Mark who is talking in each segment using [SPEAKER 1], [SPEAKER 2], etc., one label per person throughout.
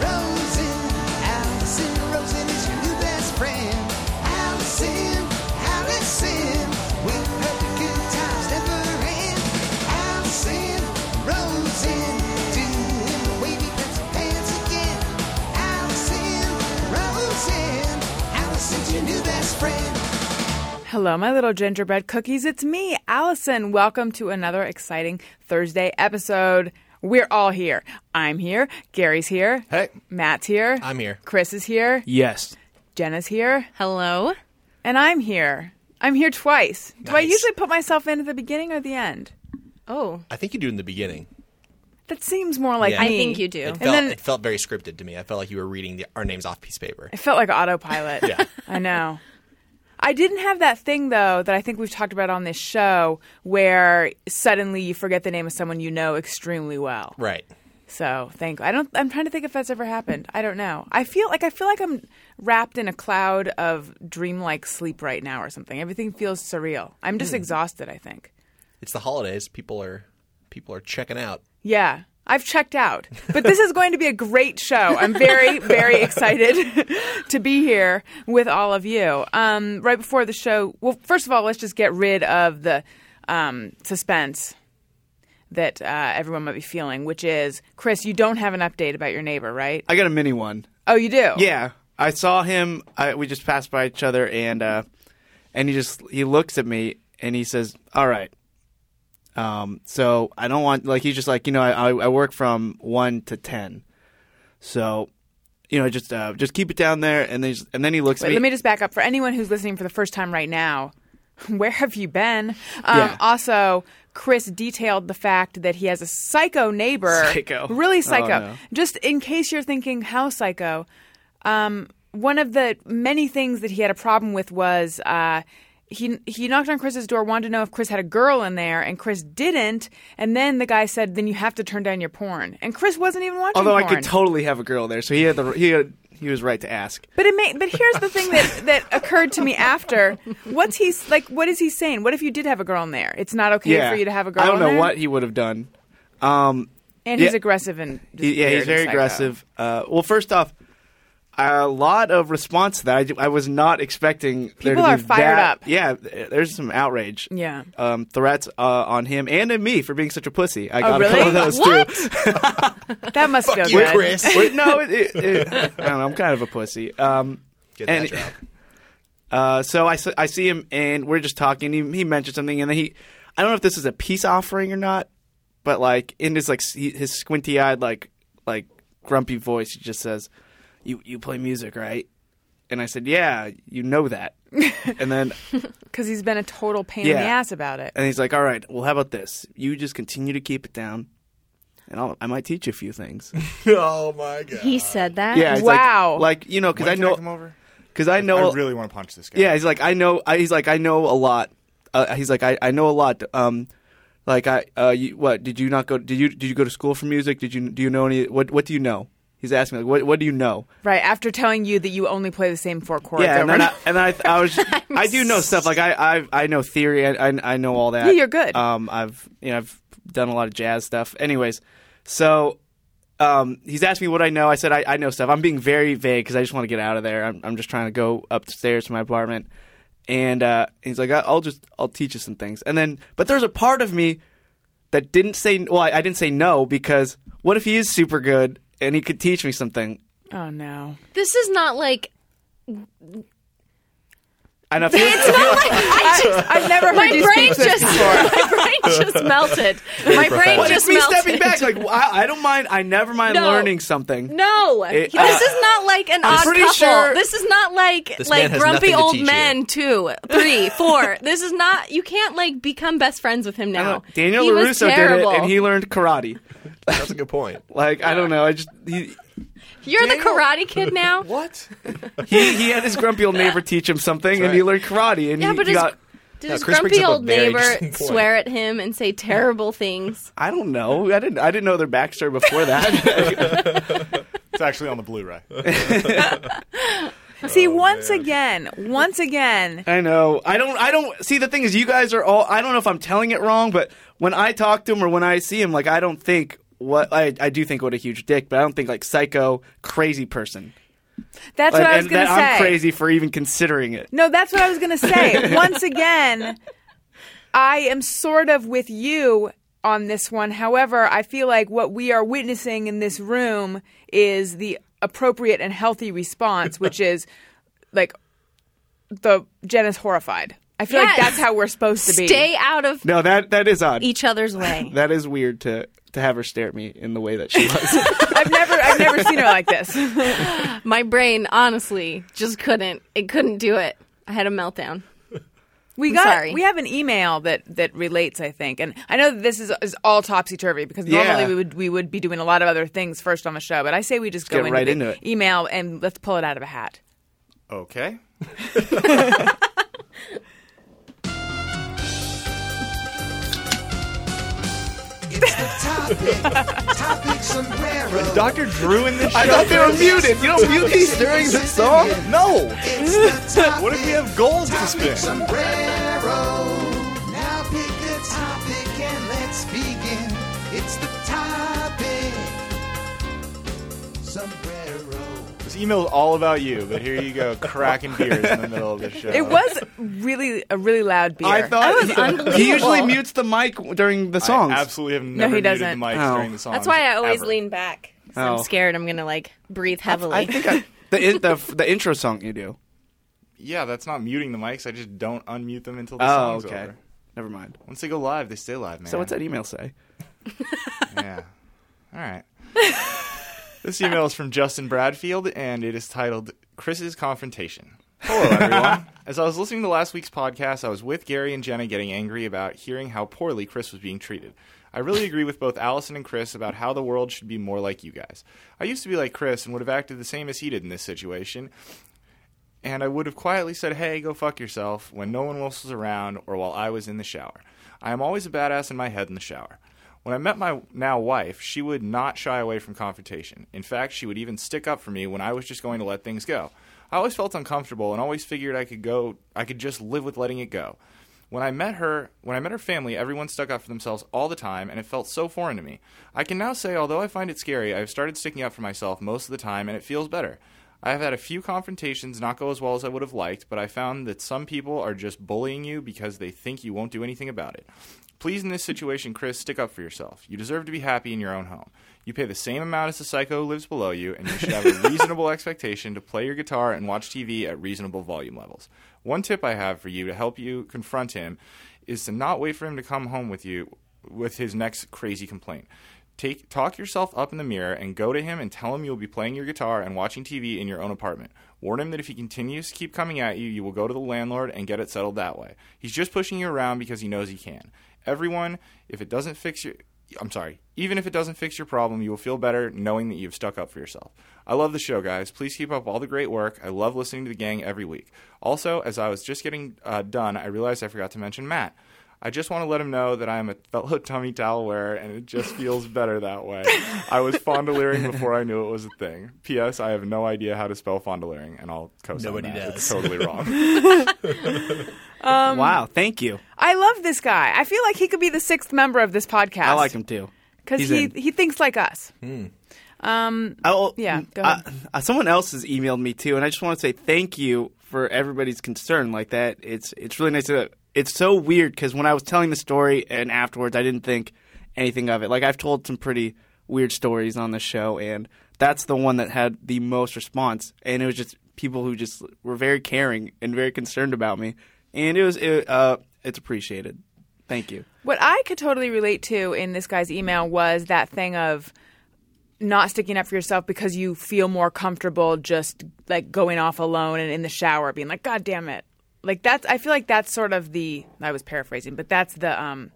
[SPEAKER 1] Rosen, Allison Rosen is your new best friend. Allison, Allison, with her the good times never end. Allison Rosen, doing the wavy pencil dance again. Allison Rosen, Allison's your new best friend.
[SPEAKER 2] Hello, my little gingerbread cookies. It's me, Allison. Welcome to another exciting Thursday episode. We're all here. I'm here. Gary's here.
[SPEAKER 3] Hey.
[SPEAKER 2] Matt's here.
[SPEAKER 3] I'm here.
[SPEAKER 2] Chris is here.
[SPEAKER 3] Yes.
[SPEAKER 2] Jenna's here.
[SPEAKER 4] Hello.
[SPEAKER 2] And I'm here. I'm here twice. Do I
[SPEAKER 3] Nice.
[SPEAKER 2] usually put myself in at the beginning or the end?
[SPEAKER 4] Oh,
[SPEAKER 3] I think you do in the beginning.
[SPEAKER 2] That seems more like
[SPEAKER 3] Yeah.
[SPEAKER 2] me.
[SPEAKER 3] I
[SPEAKER 4] I think you do.
[SPEAKER 3] It felt,
[SPEAKER 2] then-
[SPEAKER 3] it felt very scripted to me. I felt like you were reading the, our names off piece of paper.
[SPEAKER 2] It felt like autopilot.
[SPEAKER 3] Yeah.
[SPEAKER 2] I know. I didn't have that thing though that I think we've talked about on this show where suddenly you forget the name of someone you know extremely well.
[SPEAKER 3] Right.
[SPEAKER 2] So thank I don't I'm trying to think if that's ever happened. I don't know. I feel like I feel like I'm wrapped in a cloud of dreamlike sleep right now or something. Everything feels surreal. I'm
[SPEAKER 3] Hmm.
[SPEAKER 2] just exhausted, I think.
[SPEAKER 3] It's the holidays. People are people are checking out.
[SPEAKER 2] Yeah. I've checked out. But this is going to be a great show. I'm very, very excited to be here with all of you. Um, right before the show, well, first of all, let's just get rid of the um, suspense that uh, everyone might be feeling, which is Chris, you don't have an update about your neighbor, right?
[SPEAKER 5] I got a mini one.
[SPEAKER 2] Oh, you do?
[SPEAKER 5] Yeah, I saw him. I, we just passed by each other, and uh, and he just he looks at me and he says, "All right." Um, so I don't want like he's just like you know I I, I work from one to ten, so you know just uh, just keep it down there, and then he's- and then he looks
[SPEAKER 2] Wait,
[SPEAKER 5] at me.
[SPEAKER 2] let me just back up for anyone who's listening for the first time right now. Where have you been? Um,
[SPEAKER 5] Yeah.
[SPEAKER 2] Also, Chris detailed the fact that he has a psycho neighbor.
[SPEAKER 5] Psycho.
[SPEAKER 2] Really
[SPEAKER 5] Oh,
[SPEAKER 2] psycho.
[SPEAKER 5] no.
[SPEAKER 2] Just in case you're thinking, how psycho? Um, one of the many things that he had a problem with was uh, he he knocked on Chris's door, wanted to know if Chris had a girl in there, and Chris didn't. And then the guy said, "Then you have to turn down your porn." And Chris wasn't even watching.
[SPEAKER 5] Although I
[SPEAKER 2] porn.
[SPEAKER 5] could totally have a girl there, so he had the he had, he was right to ask.
[SPEAKER 2] But it may, but here's the thing that, that occurred to me after. What's he like? What is he saying? What if you did have a girl in there? It's not okay for you to have a girl.
[SPEAKER 5] I don't
[SPEAKER 2] in
[SPEAKER 5] know
[SPEAKER 2] there?
[SPEAKER 5] what he would have done. Um,
[SPEAKER 2] And he's
[SPEAKER 5] yeah.
[SPEAKER 2] aggressive and just
[SPEAKER 5] He- yeah,
[SPEAKER 2] weird
[SPEAKER 5] he's
[SPEAKER 2] and
[SPEAKER 5] very
[SPEAKER 2] psycho.
[SPEAKER 5] aggressive. Uh, well, first off, a lot of response to that. I, d- I was not expecting. there to
[SPEAKER 2] People
[SPEAKER 5] be
[SPEAKER 2] are fired
[SPEAKER 5] that-
[SPEAKER 2] up.
[SPEAKER 5] Yeah, th- there's some outrage.
[SPEAKER 2] Yeah.
[SPEAKER 5] Um, threats uh, on him and on me for being such a pussy. I got
[SPEAKER 2] Oh, really?
[SPEAKER 5] a couple of those too.
[SPEAKER 2] That must feel
[SPEAKER 3] you,
[SPEAKER 2] good.
[SPEAKER 3] Chris.
[SPEAKER 5] Wait, no, it, it, it, I don't know. I'm kind of a pussy. Um,
[SPEAKER 3] Get that
[SPEAKER 5] and
[SPEAKER 3] job.
[SPEAKER 5] uh, so I, s- I see him and we're just talking. He, he mentioned something and then he, I don't know if this is a peace offering or not, but like in his like s- his squinty eyed like like grumpy voice, he just says, "You you play music, right?" And I said, "Yeah, you know that." and then
[SPEAKER 2] because he's been a total pain in
[SPEAKER 5] Yeah.
[SPEAKER 2] the ass about it.
[SPEAKER 5] and he's like, "All right, well, how about this? You just continue to keep it down, and I'll, I might teach you a few things."
[SPEAKER 3] Oh my god.
[SPEAKER 4] he said that.
[SPEAKER 5] yeah, it's
[SPEAKER 2] Wow.
[SPEAKER 5] Like, like you know, because I
[SPEAKER 6] When can
[SPEAKER 5] know
[SPEAKER 6] come over?
[SPEAKER 5] because I know
[SPEAKER 6] I really want to punch this guy.
[SPEAKER 5] Yeah, he's like, I know. I, he's like, I know a lot. Uh, he's like, I, I know a lot. Um, like I, uh, you, what did you not go? Did you did you go to school for music? Did you do you know any? What what do you know? He's asking like, what what do you know?
[SPEAKER 2] Right after telling you that you only play the same four chords.
[SPEAKER 5] yeah, and
[SPEAKER 2] over
[SPEAKER 5] then I,
[SPEAKER 2] and-
[SPEAKER 5] and I, I was I do know stuff like I I, I know theory. I, I I know all that.
[SPEAKER 2] Yeah, you're good.
[SPEAKER 5] Um, I've you know I've done a lot of jazz stuff. Anyways, so. Um, he's asked me what I know. I said I, I know stuff. I'm being very vague because I just want to get out of there. I'm, I'm just trying to go upstairs to my apartment. And uh, he's like, "I- I'll just I'll teach you some things. And then, but there's a part of me that didn't say well. I, I didn't say no because what if he is super good and he could teach me something?
[SPEAKER 2] oh no.
[SPEAKER 4] This is not like
[SPEAKER 5] And I feel,
[SPEAKER 4] I just,
[SPEAKER 2] I've never heard
[SPEAKER 4] my
[SPEAKER 2] you
[SPEAKER 4] brain
[SPEAKER 2] speak this
[SPEAKER 4] just
[SPEAKER 2] before.
[SPEAKER 4] my brain just melted. my brain
[SPEAKER 5] Well,
[SPEAKER 4] just
[SPEAKER 5] it's me
[SPEAKER 4] melted.
[SPEAKER 5] stepping back. Like I, I don't mind. I never mind
[SPEAKER 4] No.
[SPEAKER 5] learning something.
[SPEAKER 4] No,
[SPEAKER 5] It-
[SPEAKER 4] this
[SPEAKER 5] uh,
[SPEAKER 4] is not like an
[SPEAKER 5] I'm
[SPEAKER 4] odd
[SPEAKER 5] pretty
[SPEAKER 4] couple.
[SPEAKER 5] sure-
[SPEAKER 4] this is not like
[SPEAKER 3] This man
[SPEAKER 4] like
[SPEAKER 3] has nothing
[SPEAKER 4] grumpy
[SPEAKER 3] to
[SPEAKER 4] old
[SPEAKER 3] teach you.
[SPEAKER 4] men two, three, four. this is not. You can't like become best friends with
[SPEAKER 3] Uh-huh.
[SPEAKER 4] him now.
[SPEAKER 5] Uh, Daniel
[SPEAKER 4] he was
[SPEAKER 5] Larusso did it,
[SPEAKER 4] terrible.
[SPEAKER 5] and he learned karate.
[SPEAKER 3] That's a good point.
[SPEAKER 5] Like I don't know. I just he
[SPEAKER 4] You're the Karate Kid now.
[SPEAKER 3] What?
[SPEAKER 5] he, he had his grumpy old neighbor teach him something, and he
[SPEAKER 3] right.
[SPEAKER 5] learned karate, and
[SPEAKER 4] Yeah,
[SPEAKER 5] he
[SPEAKER 4] but
[SPEAKER 5] he
[SPEAKER 4] his-
[SPEAKER 5] got
[SPEAKER 4] Did
[SPEAKER 3] No,
[SPEAKER 4] his
[SPEAKER 3] uh, Chris brings
[SPEAKER 4] grumpy
[SPEAKER 3] up a
[SPEAKER 4] old
[SPEAKER 3] very
[SPEAKER 4] neighbor
[SPEAKER 3] interesting point.
[SPEAKER 4] swear at him and say terrible things?
[SPEAKER 5] I don't know. I didn't. I didn't know their backstory before that.
[SPEAKER 6] It's actually on the Blu-ray.
[SPEAKER 2] See, once again, once again,
[SPEAKER 5] I know. I don't. I don't see. The thing is, you guys are all. I don't know if I'm telling it wrong, but when I talk to him or when I see him, like I don't think what I. I do think what a huge dick, but I don't think like psycho crazy person.
[SPEAKER 2] that's
[SPEAKER 5] Like,
[SPEAKER 2] what I was
[SPEAKER 5] and
[SPEAKER 2] going to
[SPEAKER 5] that
[SPEAKER 2] say.
[SPEAKER 5] I'm crazy for even considering it.
[SPEAKER 2] No, that's what I was going to say. Once again, I am sort of with you on this one. However, I feel like what we are witnessing in this room is the appropriate and healthy response, which is like the Jen is horrified. I feel like
[SPEAKER 4] Yes.
[SPEAKER 2] that's how we're supposed to be.
[SPEAKER 4] Stay out of
[SPEAKER 5] No, that that is odd.
[SPEAKER 4] each other's way.
[SPEAKER 5] That is weird to to have her stare at me in the way that she was.
[SPEAKER 2] I've never I've never seen her like this.
[SPEAKER 4] My brain, honestly, just couldn't. It couldn't do it. I had a meltdown.
[SPEAKER 2] We
[SPEAKER 4] I'm
[SPEAKER 2] got
[SPEAKER 4] sorry.
[SPEAKER 2] we have an email that that relates, I think, and I know that this is, is all topsy turvy because
[SPEAKER 5] Yeah.
[SPEAKER 2] normally we would we would be doing a lot of other things first on the show, but I say we just go
[SPEAKER 5] get
[SPEAKER 2] into
[SPEAKER 5] right
[SPEAKER 2] the
[SPEAKER 5] into it.
[SPEAKER 2] email and let's pull it out of a hat.
[SPEAKER 6] Okay.
[SPEAKER 1] It's the topic, topic sombrero.
[SPEAKER 6] Dr. Drew in this show.
[SPEAKER 5] I thought they were muted. You don't mute these during the song.
[SPEAKER 6] No.
[SPEAKER 1] It's the topic.
[SPEAKER 6] What if we have goals to
[SPEAKER 1] topic
[SPEAKER 6] spin?
[SPEAKER 1] sombrero? Now pick a topic and let's begin. It's the topic sombrero.
[SPEAKER 6] This email is all about you, but here you go cracking beers in the middle of the show.
[SPEAKER 2] It was really a really loud beer.
[SPEAKER 5] I
[SPEAKER 4] That
[SPEAKER 5] thought
[SPEAKER 4] was
[SPEAKER 5] he usually
[SPEAKER 4] unbelievable.
[SPEAKER 5] mutes the mic during the
[SPEAKER 6] I
[SPEAKER 5] songs.
[SPEAKER 6] absolutely have never
[SPEAKER 2] he
[SPEAKER 6] muted
[SPEAKER 2] doesn't.
[SPEAKER 6] the mics
[SPEAKER 5] Oh.
[SPEAKER 6] during the songs.
[SPEAKER 4] That's why I always
[SPEAKER 6] ever.
[SPEAKER 4] lean back. 'cause
[SPEAKER 5] Oh.
[SPEAKER 4] I'm scared I'm gonna like breathe heavily.
[SPEAKER 5] I think I, the, in- the the intro song you do.
[SPEAKER 6] Yeah, that's not muting the mics. I just don't unmute them until the
[SPEAKER 5] Oh,
[SPEAKER 6] song's
[SPEAKER 5] okay.
[SPEAKER 6] over.
[SPEAKER 5] Never mind.
[SPEAKER 6] Once they go live, they stay live, man.
[SPEAKER 5] So what's that email say?
[SPEAKER 6] Yeah. All right. this email is from Justin Bradfield, and it is titled Chris's Confrontation. Hello, everyone. As I was listening to last week's podcast, I was with Gary and Jenna getting angry about hearing how poorly Chris was being treated. I really agree with both Allison and Chris about how the world should be more like you guys. I used to be like Chris and would have acted the same as he did in this situation, and I would have quietly said, hey, go fuck yourself, when no one else was around or while I was in the shower. I am always a badass in my head in the shower. When I met my now wife, she would not shy away from confrontation. In fact, she would even stick up for me when I was just going to let things go. I always felt uncomfortable and always figured I could go I could just live with letting it go. When I met her, when I met her family, everyone stuck up for themselves all the time, and it felt so foreign to me. I can now say, although I find it scary, I have started sticking up for myself most of the time, and it feels better. I have had a few confrontations not go as well as I would have liked, but I found that some people are just bullying you because they think you won't do anything about it. Please, in this situation, Chris, stick up for yourself. You deserve to be happy in your own home. You pay the same amount as the psycho who lives below you, and you should have a reasonable expectation to play your guitar and watch TV at reasonable volume levels. One tip I have for you to help you confront him is to not wait for him to come home with you with his next crazy complaint. Take talk yourself up in the mirror and go to him and tell him you'll be playing your guitar and watching TV in your own apartment. Warn him that if he continues to keep coming at you, you will go to the landlord and get it settled that way. He's just pushing you around because he knows he can. Everyone, if it doesn't fix your I'm sorry. Even if it doesn't fix your problem, you will feel better knowing that you've stuck up for yourself. I love the show, guys. Please keep up all the great work. I love listening to the gang every week. Also, as I was just getting uh, done, I realized I forgot to mention Matt. I just want to let him know that I am a fellow tummy towel wearer, and it just feels better that way. I was fondleering before I knew it was a thing. P.S. I have no idea how to spell fondleering, and I'll co-sign
[SPEAKER 3] Nobody
[SPEAKER 6] that.
[SPEAKER 3] does.
[SPEAKER 6] It's totally wrong.
[SPEAKER 5] wow, thank you.
[SPEAKER 2] I love this guy. I feel like he could be the sixth member of this podcast.
[SPEAKER 5] I like him too.
[SPEAKER 2] because
[SPEAKER 5] He's
[SPEAKER 2] he
[SPEAKER 5] in.
[SPEAKER 2] he thinks like us.
[SPEAKER 5] Oh
[SPEAKER 2] Yeah, go
[SPEAKER 5] uh,
[SPEAKER 2] ahead.
[SPEAKER 5] uh, someone else has emailed me too, and I just want to say thank you for everybody's concern like that. It's it's really nice. To, it's so weird because when I was telling the story and afterwards, I didn't think anything of it. Like I've told some pretty weird stories on the show, and that's the one that had the most response, and it was just people who just were very caring and very concerned about me, and it was it, uh, it's appreciated. Thank you.
[SPEAKER 2] What I could totally relate to in this guy's email was that thing of not sticking up for yourself because you feel more comfortable just like going off alone and in the shower being like, God damn it. Like that's I feel like that's sort of the I was paraphrasing, but that's the um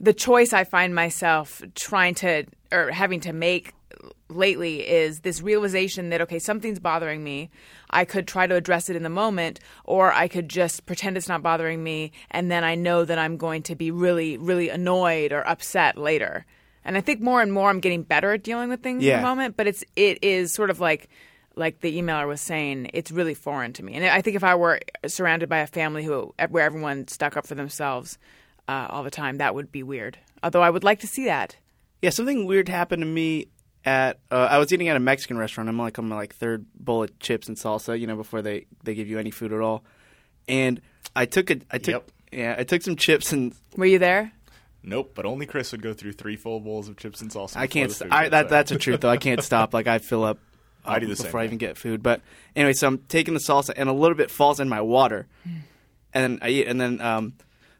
[SPEAKER 2] the choice I find myself trying to or having to make lately is this realization that okay, something's bothering me. I could try to address it in the moment, or I could just pretend it's not bothering me, and then I know that I'm going to be really, really annoyed or upset later. And I think more and more I'm getting better at dealing with things in
[SPEAKER 5] Yeah.
[SPEAKER 2] the moment, but it's it is sort of like like the emailer was saying, it's really foreign to me. And I think if I were surrounded by a family who where everyone stuck up for themselves uh, all the time, that would be weird. Although I would like to see that.
[SPEAKER 5] Yeah, something weird happened to me at uh, I was eating at a Mexican restaurant. I'm like on my like third bowl of chips and salsa, you know, before they they give you any food at all. And I took a I took
[SPEAKER 6] Yep.
[SPEAKER 5] yeah, I took some chips and
[SPEAKER 2] Were you there?
[SPEAKER 6] Nope, but only Chris would go through three full bowls of chips and salsa.
[SPEAKER 5] I
[SPEAKER 6] before
[SPEAKER 5] can't.
[SPEAKER 6] the
[SPEAKER 5] St-
[SPEAKER 6] food
[SPEAKER 5] I,
[SPEAKER 6] gets
[SPEAKER 5] that,
[SPEAKER 6] there.
[SPEAKER 5] that's the truth, though. I can't stop. Like I fill up. um,
[SPEAKER 6] I do the
[SPEAKER 5] before
[SPEAKER 6] same
[SPEAKER 5] I even get food. But anyway, so I'm taking the salsa, and a little bit falls in my water, and I eat. And then um,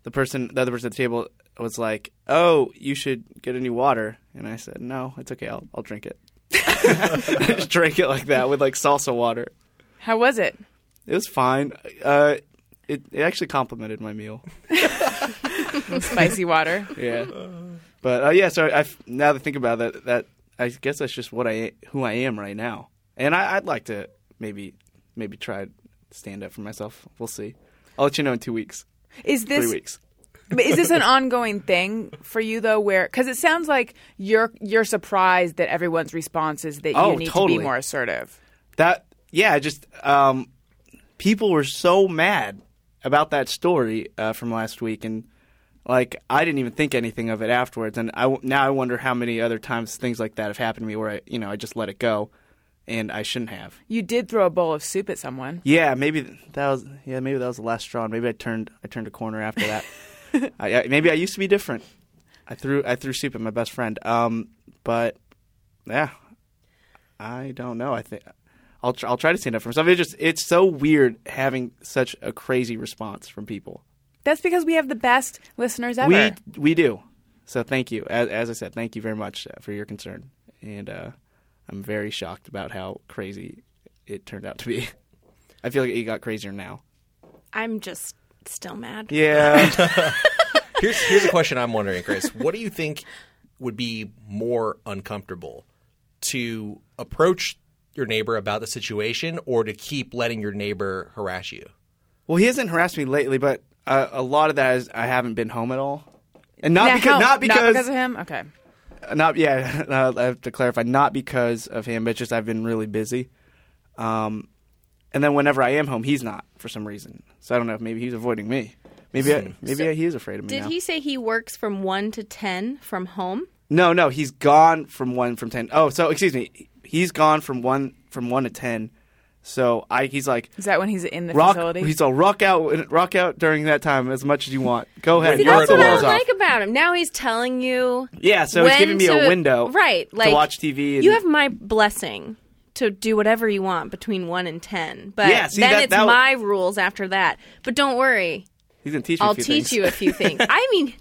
[SPEAKER 5] the person, the other person at the table, was like, "Oh, you should get a new water." And I said, "No, it's okay. I'll, I'll drink it." I just drank it like that with like salsa water.
[SPEAKER 2] How was it?
[SPEAKER 5] It was fine. Uh, it it actually complimented my meal.
[SPEAKER 2] Spicy water.
[SPEAKER 5] Yeah. But uh, yeah, so I f- now that I think about that, that I guess that's just what I who I am right now, and I, I'd like to maybe maybe try to stand up for myself. We'll see. I'll let you know in two weeks,
[SPEAKER 2] Is
[SPEAKER 5] three
[SPEAKER 2] this
[SPEAKER 5] weeks.
[SPEAKER 2] but is this an ongoing thing for you though? Where because it sounds like you're you're surprised that everyone's response is that you
[SPEAKER 5] Oh,
[SPEAKER 2] need to
[SPEAKER 5] totally.
[SPEAKER 2] be more assertive.
[SPEAKER 5] That yeah, just um, people were so mad about that story uh, from last week, and like I didn't even think anything of it afterwards. And I w- now I wonder how many other times things like that have happened to me where I you know I just let it go, and I shouldn't have.
[SPEAKER 2] You did throw a bowl of soup at someone.
[SPEAKER 5] Yeah, maybe th- that was yeah, maybe that was the last straw. and Maybe I turned I turned a corner after that. I, I, maybe I used to be different. I threw I threw soup at my best friend. Um, but yeah, I don't know. I think I'll tr- I'll try to stand up for myself. It just it's so weird having such a crazy response from people.
[SPEAKER 2] That's because we have the best listeners ever.
[SPEAKER 5] We we do. So thank you. As, as I said, thank you very much uh, for your concern. And uh, I'm very shocked about how crazy it turned out to be. I feel like it got crazier now.
[SPEAKER 4] I'm just still mad.
[SPEAKER 5] Yeah.
[SPEAKER 3] Here's here's a question I'm wondering, Chris. What do you think would be more uncomfortable to approach your neighbor about the situation or to keep letting your neighbor harass you?
[SPEAKER 5] well, he hasn't harassed me lately, but uh, a lot of that is I haven't been home at all. And not
[SPEAKER 2] Now,
[SPEAKER 5] because
[SPEAKER 2] how-
[SPEAKER 5] not because
[SPEAKER 2] of him. Okay.
[SPEAKER 5] not yeah. uh, I have to clarify, not because of him, but just I've been really busy. Um, and then whenever I am home, he's not for some reason. So I don't know if maybe he's avoiding me. Maybe I, maybe I, he is afraid of me.
[SPEAKER 4] Did
[SPEAKER 5] now.
[SPEAKER 4] he say he works from 1 to 10 from home?
[SPEAKER 5] No, no, he's gone from one from ten. Oh, so excuse me, he's gone from one from one to ten. So I, he's like
[SPEAKER 2] Is that when he's in the
[SPEAKER 5] rock.
[SPEAKER 2] facility?
[SPEAKER 5] He's all rock out, rock out during that time as much as you want. Go ahead,
[SPEAKER 4] See,
[SPEAKER 5] knock
[SPEAKER 4] that's
[SPEAKER 5] the
[SPEAKER 4] what I
[SPEAKER 5] walls off.
[SPEAKER 4] like about him. Now he's telling you.
[SPEAKER 5] Yeah, so he's
[SPEAKER 4] when
[SPEAKER 5] giving me a
[SPEAKER 4] to-
[SPEAKER 5] window
[SPEAKER 4] right?
[SPEAKER 5] to
[SPEAKER 4] Like
[SPEAKER 5] watch TV and-
[SPEAKER 4] you have my blessing to do whatever you want between one and ten, but
[SPEAKER 5] Yeah, see,
[SPEAKER 4] then
[SPEAKER 5] that-
[SPEAKER 4] it's
[SPEAKER 5] that w-
[SPEAKER 4] my rules after that. But don't worry,
[SPEAKER 5] He's gonna teach me. a
[SPEAKER 4] I'll
[SPEAKER 5] few
[SPEAKER 4] teach
[SPEAKER 5] things.
[SPEAKER 4] you a few things. I mean,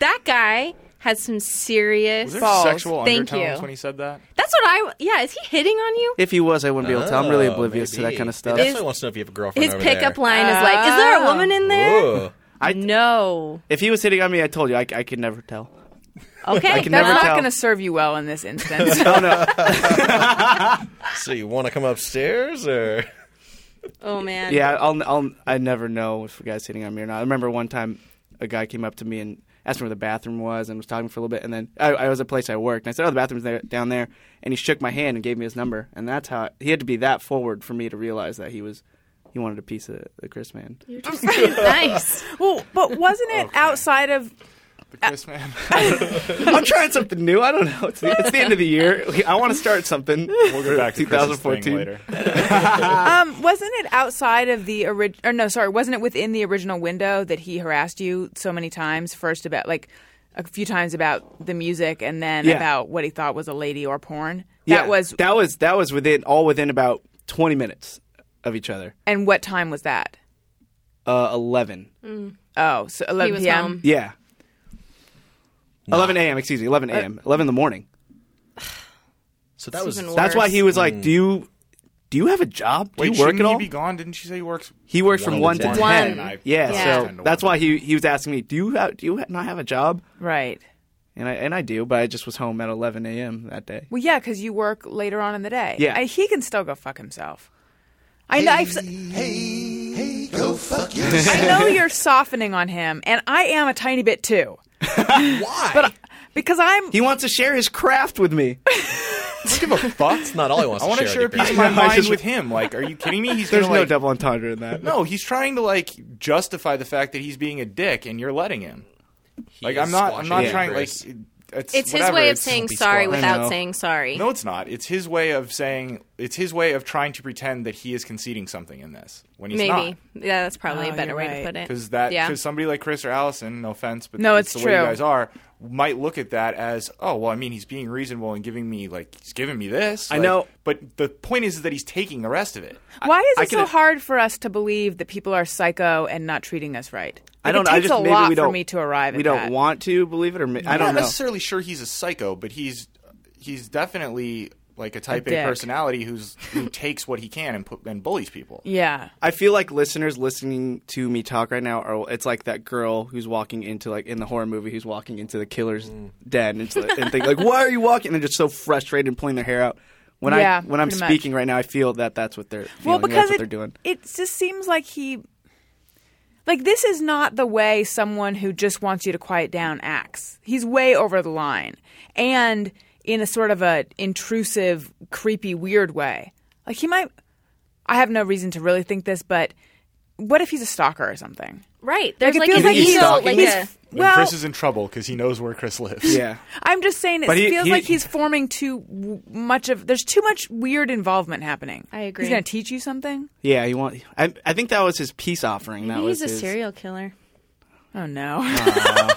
[SPEAKER 4] that guy has some serious.
[SPEAKER 6] Was there
[SPEAKER 2] Balls.
[SPEAKER 6] sexual
[SPEAKER 4] Thank
[SPEAKER 6] undertones
[SPEAKER 4] you.
[SPEAKER 6] when he said that?
[SPEAKER 4] That's what I. Yeah, is he hitting on you?
[SPEAKER 5] If he was, I wouldn't be able to. tell. I'm really oblivious to that
[SPEAKER 3] Oh, maybe.
[SPEAKER 5] kind of
[SPEAKER 3] He
[SPEAKER 5] stuff.
[SPEAKER 3] definitely wants to know if you have a girlfriend.
[SPEAKER 4] His
[SPEAKER 3] over
[SPEAKER 4] pickup
[SPEAKER 3] there.
[SPEAKER 4] line is like, "Is there a woman in there?"
[SPEAKER 3] Whoa.
[SPEAKER 4] I no.
[SPEAKER 5] If he was hitting on me, I told you I, I could never tell.
[SPEAKER 4] Okay,
[SPEAKER 5] I
[SPEAKER 2] That's
[SPEAKER 5] can never
[SPEAKER 2] not
[SPEAKER 5] tell.
[SPEAKER 2] going to serve you well in this instance.
[SPEAKER 5] Oh no,
[SPEAKER 3] So you want to come upstairs or?
[SPEAKER 4] Oh man.
[SPEAKER 5] Yeah, I'll, I'll I never know if a guy's hitting on me or not. I remember one time a guy came up to me and asked me where the bathroom was and was talking for a little bit, and then I, I was at a place I worked, and I said, "Oh, the bathroom's there, down there," and he shook my hand and gave me his number, and that's how he had to be that forward for me to realize that he was he wanted a piece of the Chris man.
[SPEAKER 4] nice.
[SPEAKER 2] well, but wasn't it outside of
[SPEAKER 6] The
[SPEAKER 5] Uh,
[SPEAKER 6] Chris man.
[SPEAKER 5] I'm trying something new. I don't know. It's the, it's the end of the year. I want to start something.
[SPEAKER 6] We'll go back to Chris's thing
[SPEAKER 5] 2014.
[SPEAKER 6] later.
[SPEAKER 2] um wasn't it outside of the original or no, sorry, wasn't it within the original window that he harassed you so many times first about like a few times about the music and then
[SPEAKER 5] Yeah.
[SPEAKER 2] about what he thought was a lady or porn?
[SPEAKER 5] Yeah,
[SPEAKER 2] that was
[SPEAKER 5] that was that was within all within about 20 minutes of each other.
[SPEAKER 2] and what time was that?
[SPEAKER 5] Uh, 11.
[SPEAKER 2] Oh, so 11
[SPEAKER 4] He was
[SPEAKER 2] p.m.
[SPEAKER 4] home.
[SPEAKER 5] Yeah. 11 a.m. Excuse me, 11
[SPEAKER 2] Uh,
[SPEAKER 5] a.m. 11 in the morning.
[SPEAKER 3] So that was
[SPEAKER 4] even
[SPEAKER 5] That's why
[SPEAKER 4] worse.
[SPEAKER 5] he was like, "Do you do you have a job? Do
[SPEAKER 6] Hmm. Wait,
[SPEAKER 5] you work
[SPEAKER 6] shouldn't
[SPEAKER 5] at all?"
[SPEAKER 6] he be gone? Didn't she say he works?
[SPEAKER 5] He works from
[SPEAKER 3] One
[SPEAKER 5] one
[SPEAKER 3] to
[SPEAKER 5] to
[SPEAKER 3] ten.
[SPEAKER 5] ten.
[SPEAKER 4] One.
[SPEAKER 6] I-
[SPEAKER 5] Yeah,
[SPEAKER 4] Yeah.
[SPEAKER 5] so that's why he he was asking me, "Do you have, do you ha- not have a job?"
[SPEAKER 2] Right.
[SPEAKER 5] and I and I do, but I just was home at 11 a.m. that day.
[SPEAKER 2] Well, yeah, because you work later on in the day.
[SPEAKER 5] Yeah.
[SPEAKER 2] I, he can still go fuck himself. I know. I've, s-
[SPEAKER 1] Hey, hey, go fuck yourself.
[SPEAKER 2] I know you're softening on him, and I am a tiny bit too.
[SPEAKER 3] Why?
[SPEAKER 2] But because I'm,
[SPEAKER 5] He wants to share his craft with me.
[SPEAKER 6] give a fuck.
[SPEAKER 3] That's not all he wants
[SPEAKER 6] I
[SPEAKER 3] to
[SPEAKER 6] want to
[SPEAKER 3] share.
[SPEAKER 6] share a
[SPEAKER 3] with you
[SPEAKER 6] piece of
[SPEAKER 3] guys.
[SPEAKER 6] my
[SPEAKER 5] No, I
[SPEAKER 6] mind
[SPEAKER 5] just-
[SPEAKER 6] with him. Like, are you kidding me? He's
[SPEAKER 5] There's
[SPEAKER 6] gonna,
[SPEAKER 5] no
[SPEAKER 6] like,
[SPEAKER 5] double entendre in that.
[SPEAKER 6] No, he's trying to like justify the fact that he's being a dick, and you're letting him.
[SPEAKER 3] He
[SPEAKER 6] Like,
[SPEAKER 3] is
[SPEAKER 6] I'm not. I'm
[SPEAKER 3] squashing
[SPEAKER 6] not
[SPEAKER 3] it,
[SPEAKER 6] trying. Like,
[SPEAKER 3] Chris.
[SPEAKER 6] it's,
[SPEAKER 4] It's his
[SPEAKER 6] whatever,
[SPEAKER 4] way of
[SPEAKER 6] it's-
[SPEAKER 4] saying
[SPEAKER 3] be
[SPEAKER 4] sorry
[SPEAKER 3] squat.
[SPEAKER 5] I know.
[SPEAKER 4] without saying sorry.
[SPEAKER 6] No, it's not. It's his way of saying. It's his way of trying to pretend that he is conceding something in this when he's
[SPEAKER 4] Maybe.
[SPEAKER 6] not.
[SPEAKER 4] Yeah, that's probably
[SPEAKER 2] Oh,
[SPEAKER 4] a better
[SPEAKER 2] you're
[SPEAKER 4] way
[SPEAKER 2] right.
[SPEAKER 4] to put it.
[SPEAKER 6] Because that,
[SPEAKER 4] yeah.
[SPEAKER 6] because somebody like Chris or Allison, no offense, but
[SPEAKER 2] No,
[SPEAKER 6] that's
[SPEAKER 2] it's
[SPEAKER 6] the way you
[SPEAKER 2] true.
[SPEAKER 6] guys are, might look at that as, oh, well, I mean, he's being reasonable and giving me like he's giving me this.
[SPEAKER 5] I
[SPEAKER 6] like-
[SPEAKER 5] know.
[SPEAKER 6] but the point is that he's taking the rest of it.
[SPEAKER 2] why is
[SPEAKER 5] I
[SPEAKER 2] it so
[SPEAKER 5] could've-
[SPEAKER 2] hard for us to believe that people are psycho and not treating us right?
[SPEAKER 5] I
[SPEAKER 2] Like,
[SPEAKER 5] don't.
[SPEAKER 2] It takes
[SPEAKER 5] I just
[SPEAKER 2] a
[SPEAKER 5] maybe
[SPEAKER 2] lot
[SPEAKER 5] we don't.
[SPEAKER 2] for me to arrive.
[SPEAKER 5] we
[SPEAKER 2] at
[SPEAKER 5] don't
[SPEAKER 2] that.
[SPEAKER 5] want to believe it, or ma- I
[SPEAKER 6] I'm
[SPEAKER 5] don't
[SPEAKER 6] not
[SPEAKER 5] know.
[SPEAKER 6] necessarily sure he's a psycho, but he's he's definitely like a Type
[SPEAKER 2] A
[SPEAKER 6] A,
[SPEAKER 2] dick.
[SPEAKER 6] personality who's who takes what he can and put, and bullies people.
[SPEAKER 2] Yeah.
[SPEAKER 5] I feel like listeners listening to me talk right now are it's like that girl who's walking into like in the horror movie who's walking into the killer's den and, like, and think like why are you walking and they're just so frustrated and pulling their hair out. When
[SPEAKER 2] Yeah,
[SPEAKER 5] I when I'm
[SPEAKER 2] pretty much.
[SPEAKER 5] speaking right now, I feel that that's what they're
[SPEAKER 2] Well,
[SPEAKER 5] feeling,
[SPEAKER 2] because
[SPEAKER 5] that's what
[SPEAKER 2] it,
[SPEAKER 5] they're doing.
[SPEAKER 2] it just seems like he, like this is not the way someone who just wants you to quiet down acts. He's way over the line, and in a sort of a intrusive, creepy, weird way. Like he might. I have no reason to really think this, but what if he's a stalker or something?
[SPEAKER 4] right. There's
[SPEAKER 2] it
[SPEAKER 4] like,
[SPEAKER 2] feels
[SPEAKER 4] an
[SPEAKER 2] like he's
[SPEAKER 4] ego.
[SPEAKER 5] stalking.
[SPEAKER 4] Like
[SPEAKER 5] He's-
[SPEAKER 4] a,
[SPEAKER 6] And
[SPEAKER 2] Well,
[SPEAKER 6] Chris is in trouble because he knows where Chris lives.
[SPEAKER 5] Yeah,
[SPEAKER 2] I'm just saying it
[SPEAKER 5] But he-
[SPEAKER 2] feels
[SPEAKER 5] he-
[SPEAKER 2] like he's forming too w- much of. There's too much weird involvement happening.
[SPEAKER 4] I agree.
[SPEAKER 2] He's going to teach you something.
[SPEAKER 5] yeah. You want? I, I think that was his peace offering. that was
[SPEAKER 4] he's a
[SPEAKER 5] his-
[SPEAKER 4] serial killer.
[SPEAKER 2] Oh no,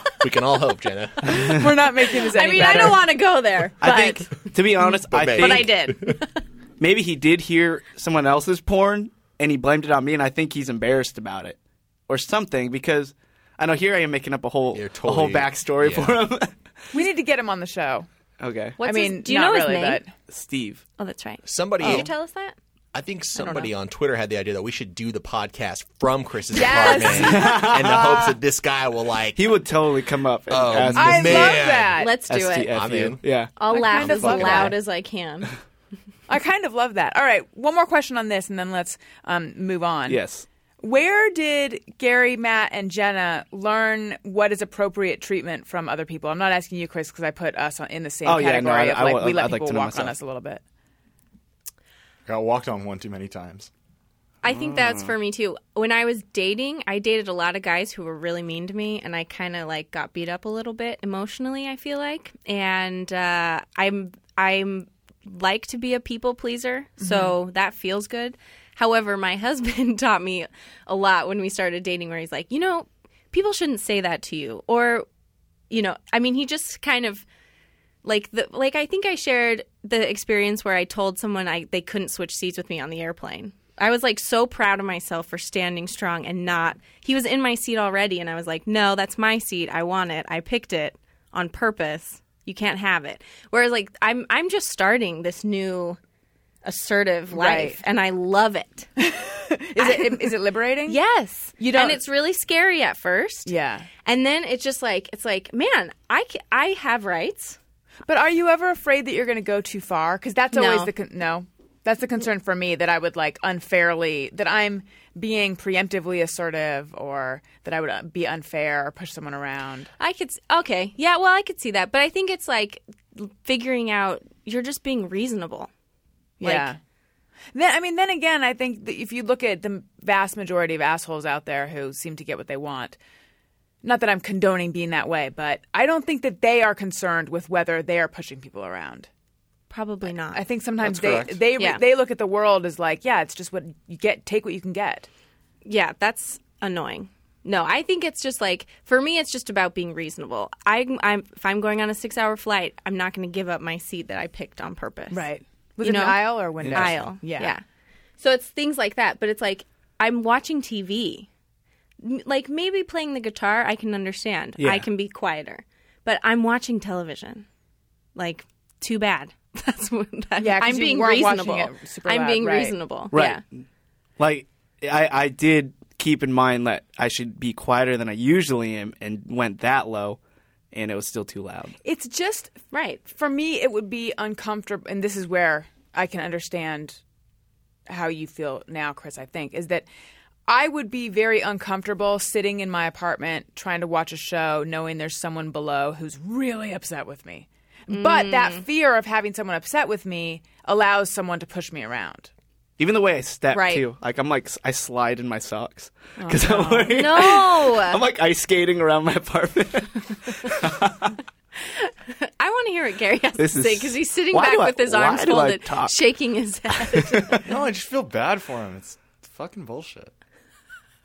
[SPEAKER 3] we can all hope, Jenna.
[SPEAKER 2] we're not making this. Any
[SPEAKER 4] I mean, I
[SPEAKER 2] better.
[SPEAKER 4] don't want to go there, but
[SPEAKER 5] I think, to be honest, I
[SPEAKER 3] maybe.
[SPEAKER 5] think
[SPEAKER 4] but I did.
[SPEAKER 5] maybe he did hear someone else's porn and he blamed it on me, and I think he's embarrassed about it or something because I know here I am making up a whole
[SPEAKER 3] You're
[SPEAKER 5] a whole
[SPEAKER 3] totally-
[SPEAKER 5] backstory
[SPEAKER 3] yeah.
[SPEAKER 5] for him.
[SPEAKER 2] We need to get him on the show.
[SPEAKER 5] okay,
[SPEAKER 4] What's
[SPEAKER 2] I mean,
[SPEAKER 4] his, Oh, do you
[SPEAKER 2] not
[SPEAKER 4] know his
[SPEAKER 2] really,
[SPEAKER 4] name?
[SPEAKER 2] but
[SPEAKER 5] Steve?
[SPEAKER 4] Oh, that's right.
[SPEAKER 3] Somebody,
[SPEAKER 4] Did you tell us that?
[SPEAKER 3] I think somebody on Twitter had the idea that we should do the podcast from Chris's
[SPEAKER 2] Yes.
[SPEAKER 3] apartment in the hopes that this guy will like.
[SPEAKER 5] He would totally come up. And
[SPEAKER 3] Oh,
[SPEAKER 5] ask
[SPEAKER 2] I
[SPEAKER 5] us
[SPEAKER 3] Man.
[SPEAKER 2] love that.
[SPEAKER 4] Let's do
[SPEAKER 5] STFU.
[SPEAKER 4] it.
[SPEAKER 3] I'm in.
[SPEAKER 5] Yeah.
[SPEAKER 4] I'll laugh
[SPEAKER 2] kind of
[SPEAKER 4] as
[SPEAKER 2] love that.
[SPEAKER 4] loud as I can.
[SPEAKER 2] I kind of love that. All right, one more question on this, and then let's um, move on.
[SPEAKER 5] Yes.
[SPEAKER 2] Where did Gary, Matt, and Jenna learn what is appropriate treatment from other people? I'm not asking you, Chris, because I put us on, in the same
[SPEAKER 5] Oh, yeah, no,
[SPEAKER 2] category
[SPEAKER 5] I-
[SPEAKER 2] of
[SPEAKER 5] I
[SPEAKER 2] like
[SPEAKER 5] would-
[SPEAKER 2] we let
[SPEAKER 5] I'd like
[SPEAKER 2] people
[SPEAKER 5] to know
[SPEAKER 2] walk on
[SPEAKER 5] myself.
[SPEAKER 2] us a little bit.
[SPEAKER 6] Got walked on one too many times.
[SPEAKER 4] I think that's for me too. When I was dating, I dated a lot of guys who were really mean to me, and I kind of like got beat up a little bit emotionally. I feel like, and uh, I'm I'm like to be a people pleaser, so that feels good. However, my husband taught me a lot when we started dating, where he's like, you know, people shouldn't say that to you, or you know, I mean, he just kind of like the like I think I shared the experience where I told someone I they couldn't switch seats with me on the airplane. I was like so proud of myself for standing strong and not he was in my seat already and I was like, "No, that's my seat. I want it. I picked it on purpose. You can't have it." Whereas like I'm I'm just starting this new assertive life
[SPEAKER 2] Right.
[SPEAKER 4] and I love it.
[SPEAKER 2] Is it is it liberating?
[SPEAKER 4] Yes.
[SPEAKER 2] You don't-
[SPEAKER 4] And it's really scary at first.
[SPEAKER 2] Yeah.
[SPEAKER 4] And then it's just like it's like, "Man, I ca- I have rights."
[SPEAKER 2] But are you ever afraid that you're going to go too far? Because that's
[SPEAKER 4] No.
[SPEAKER 2] always the con- no. That's the concern for me that I would like unfairly that I'm being preemptively assertive or that I would uh, be unfair or push someone around.
[SPEAKER 4] I could s- okay, yeah. Well, I could see that, but I think it's like figuring out you're just being reasonable. Like-
[SPEAKER 2] yeah. Then I mean, then again, I think that if you look at the vast majority of assholes out there who seem to get what they want, not that I'm condoning being that way, but I don't think that they are concerned with whether they are pushing people around.
[SPEAKER 4] Probably not.
[SPEAKER 2] I think sometimes
[SPEAKER 6] That's
[SPEAKER 2] they
[SPEAKER 6] correct.
[SPEAKER 2] they re-
[SPEAKER 4] Yeah.
[SPEAKER 2] they look at the world as like, yeah, it's just what you get, take what you can get.
[SPEAKER 4] yeah, that's annoying. No, I think it's just like for me, it's just about being reasonable. I, I'm if I'm going on a six hour flight, I'm not going to give up my seat that I picked on purpose.
[SPEAKER 2] Was
[SPEAKER 4] You
[SPEAKER 2] it an
[SPEAKER 4] know?
[SPEAKER 2] aisle or window?
[SPEAKER 4] aisle.
[SPEAKER 2] Yeah.
[SPEAKER 4] So it's things like that, but it's like I'm watching TV. N- Like maybe playing the guitar, I can understand.
[SPEAKER 5] Yeah.
[SPEAKER 4] I can be quieter, but I'm watching television. Like, too bad. That's what that,
[SPEAKER 2] Yeah, 'cause
[SPEAKER 4] I'm
[SPEAKER 2] you
[SPEAKER 4] being
[SPEAKER 2] weren't watching
[SPEAKER 4] reasonable.
[SPEAKER 2] it super
[SPEAKER 4] I'm
[SPEAKER 2] loud,
[SPEAKER 4] being
[SPEAKER 2] right.
[SPEAKER 4] reasonable. Yeah.
[SPEAKER 5] Right. Like I, I did keep in mind that I should be quieter than I usually am, and went that low. and it was still too loud.
[SPEAKER 2] It's just
[SPEAKER 4] Right.
[SPEAKER 2] for me, it would be uncomfortable, and this is where I can understand how you feel now, Chris. I think is that I would be very uncomfortable sitting in my apartment trying to watch a show, knowing there's someone below who's really upset with me. But that fear of having someone upset with me allows someone to push me around.
[SPEAKER 5] Even the way I step
[SPEAKER 4] Right. Oh,
[SPEAKER 5] too, like I'm like I slide in my socks because I'm like
[SPEAKER 4] No.
[SPEAKER 5] I'm like ice skating around my apartment.
[SPEAKER 4] I want to hear what Gary has
[SPEAKER 5] This
[SPEAKER 4] to
[SPEAKER 5] is-
[SPEAKER 4] say because he's sitting
[SPEAKER 5] why
[SPEAKER 4] back
[SPEAKER 5] do I-
[SPEAKER 4] with his
[SPEAKER 5] why
[SPEAKER 4] arms
[SPEAKER 5] do I
[SPEAKER 4] folded,
[SPEAKER 5] talk?
[SPEAKER 4] shaking his head.
[SPEAKER 6] No, I just feel bad for him. It's fucking bullshit.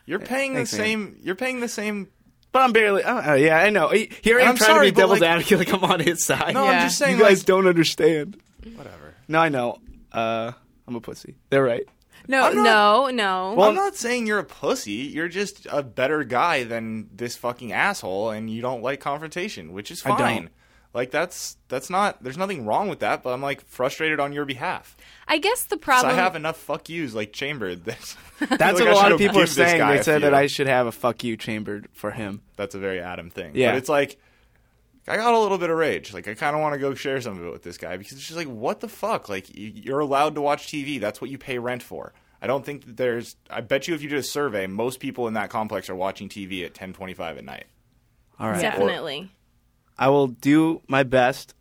[SPEAKER 6] You're paying
[SPEAKER 5] thanks,
[SPEAKER 6] the
[SPEAKER 5] man.
[SPEAKER 6] same. You're paying the same.
[SPEAKER 5] But I'm barely. Uh, yeah, I know. He- Here I am
[SPEAKER 6] I'm
[SPEAKER 5] trying
[SPEAKER 6] sorry,
[SPEAKER 5] to be
[SPEAKER 6] but,
[SPEAKER 5] devil's
[SPEAKER 6] like-
[SPEAKER 5] advocate, like I'm on his side.
[SPEAKER 6] No,
[SPEAKER 2] Yeah.
[SPEAKER 6] I'm just saying.
[SPEAKER 5] you guys
[SPEAKER 6] like,
[SPEAKER 5] don't understand.
[SPEAKER 6] whatever.
[SPEAKER 5] No, I know. Uh, I'm a pussy. They're right.
[SPEAKER 2] No,
[SPEAKER 4] No, no.
[SPEAKER 6] I'm not saying you're a pussy. You're just a better guy than this fucking asshole, and you don't like confrontation, which is fine.
[SPEAKER 5] don't.
[SPEAKER 6] Like that's that's not. There's nothing wrong with that. But I'm like frustrated on your behalf.
[SPEAKER 4] I guess the
[SPEAKER 6] 'Cause
[SPEAKER 4] problem.
[SPEAKER 6] I have enough fuck yous like chambered. That's
[SPEAKER 5] That's
[SPEAKER 6] like I
[SPEAKER 5] what a lot
[SPEAKER 6] should
[SPEAKER 5] of people are
[SPEAKER 6] give this
[SPEAKER 5] saying.
[SPEAKER 6] guy
[SPEAKER 5] They
[SPEAKER 6] a
[SPEAKER 5] said that
[SPEAKER 6] few.
[SPEAKER 5] I should have a fuck you chambered for him.
[SPEAKER 6] that's a very Adam thing.
[SPEAKER 5] Yeah.
[SPEAKER 6] But it's like I got a little bit of rage. Like I kind of want to go share some of it with this guy because it's just like what the fuck? Like y- you're allowed to watch TV. That's what you pay rent for. I don't think that there's I bet you if you did a survey, most people in that complex are watching TV at 10:25 at night.
[SPEAKER 5] All right.
[SPEAKER 4] definitely.
[SPEAKER 5] I will do my best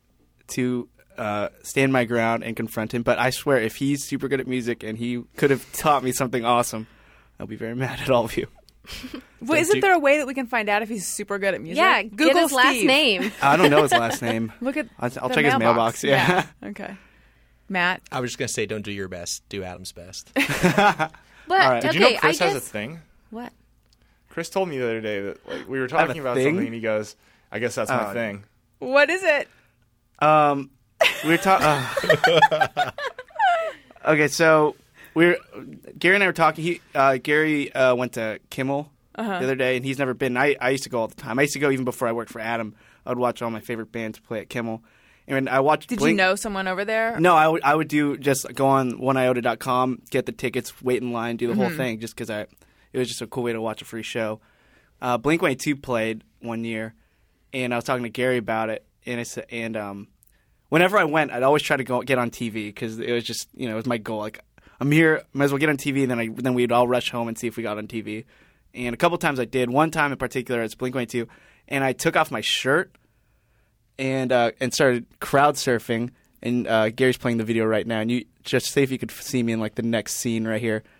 [SPEAKER 5] to uh, stand my ground and confront him. But I swear, if he's super good at music and he could have taught me something awesome, I'll be very mad at all of you.
[SPEAKER 2] Well, isn't there a way that we can find out if he's super good at music?
[SPEAKER 4] Yeah,
[SPEAKER 2] Google
[SPEAKER 4] get his last
[SPEAKER 2] Steve.
[SPEAKER 4] name.
[SPEAKER 5] I don't know his last name.
[SPEAKER 2] Look at
[SPEAKER 5] I'll, I'll
[SPEAKER 2] the
[SPEAKER 5] check his mailbox. Yeah.
[SPEAKER 2] Okay. Matt,
[SPEAKER 3] I was just gonna say, don't do your best, do Adam's best.
[SPEAKER 4] But
[SPEAKER 5] All right.
[SPEAKER 4] okay,
[SPEAKER 5] Did
[SPEAKER 6] Did you know
[SPEAKER 4] I
[SPEAKER 6] Chris
[SPEAKER 4] guess
[SPEAKER 6] has a thing?
[SPEAKER 4] what?
[SPEAKER 6] Chris told me the other day that like we were
[SPEAKER 5] have a
[SPEAKER 6] talking about
[SPEAKER 5] thing?
[SPEAKER 6] something and he goes, "I guess that's my
[SPEAKER 5] Oh.
[SPEAKER 6] thing."
[SPEAKER 2] what is it?
[SPEAKER 5] Um, we were talking. okay, so we are Gary and I were talking. He uh, Gary uh, went to Kimmel
[SPEAKER 2] Uh-huh.
[SPEAKER 5] the other day, and he's never been. I I used to go all the time. I used to go even before I worked for Adam. I would watch all my favorite bands play at Kimmel, and when I watched.
[SPEAKER 2] Did you
[SPEAKER 5] Blink-
[SPEAKER 2] know someone over there?
[SPEAKER 5] No, I would I would do just go on oneiota.com, get the tickets, wait in line, do the whole thing, just because I it was just a cool way to watch a free show. Uh, Blink One Eight Two played one year, and I was talking to Gary about it, and I said, and um, whenever I went, I'd always try to go get on TV because it was just you know it was my goal. Like I'm here, might as well get on TV. And then I then we'd all rush home and see if we got on TV. And a couple times I did. One time in particular, it's Blink One Two, and I took off my shirt and uh, and started crowd surfing. And uh, Gary's playing the video right now. And you just say if you could f- see me in like the next scene right here.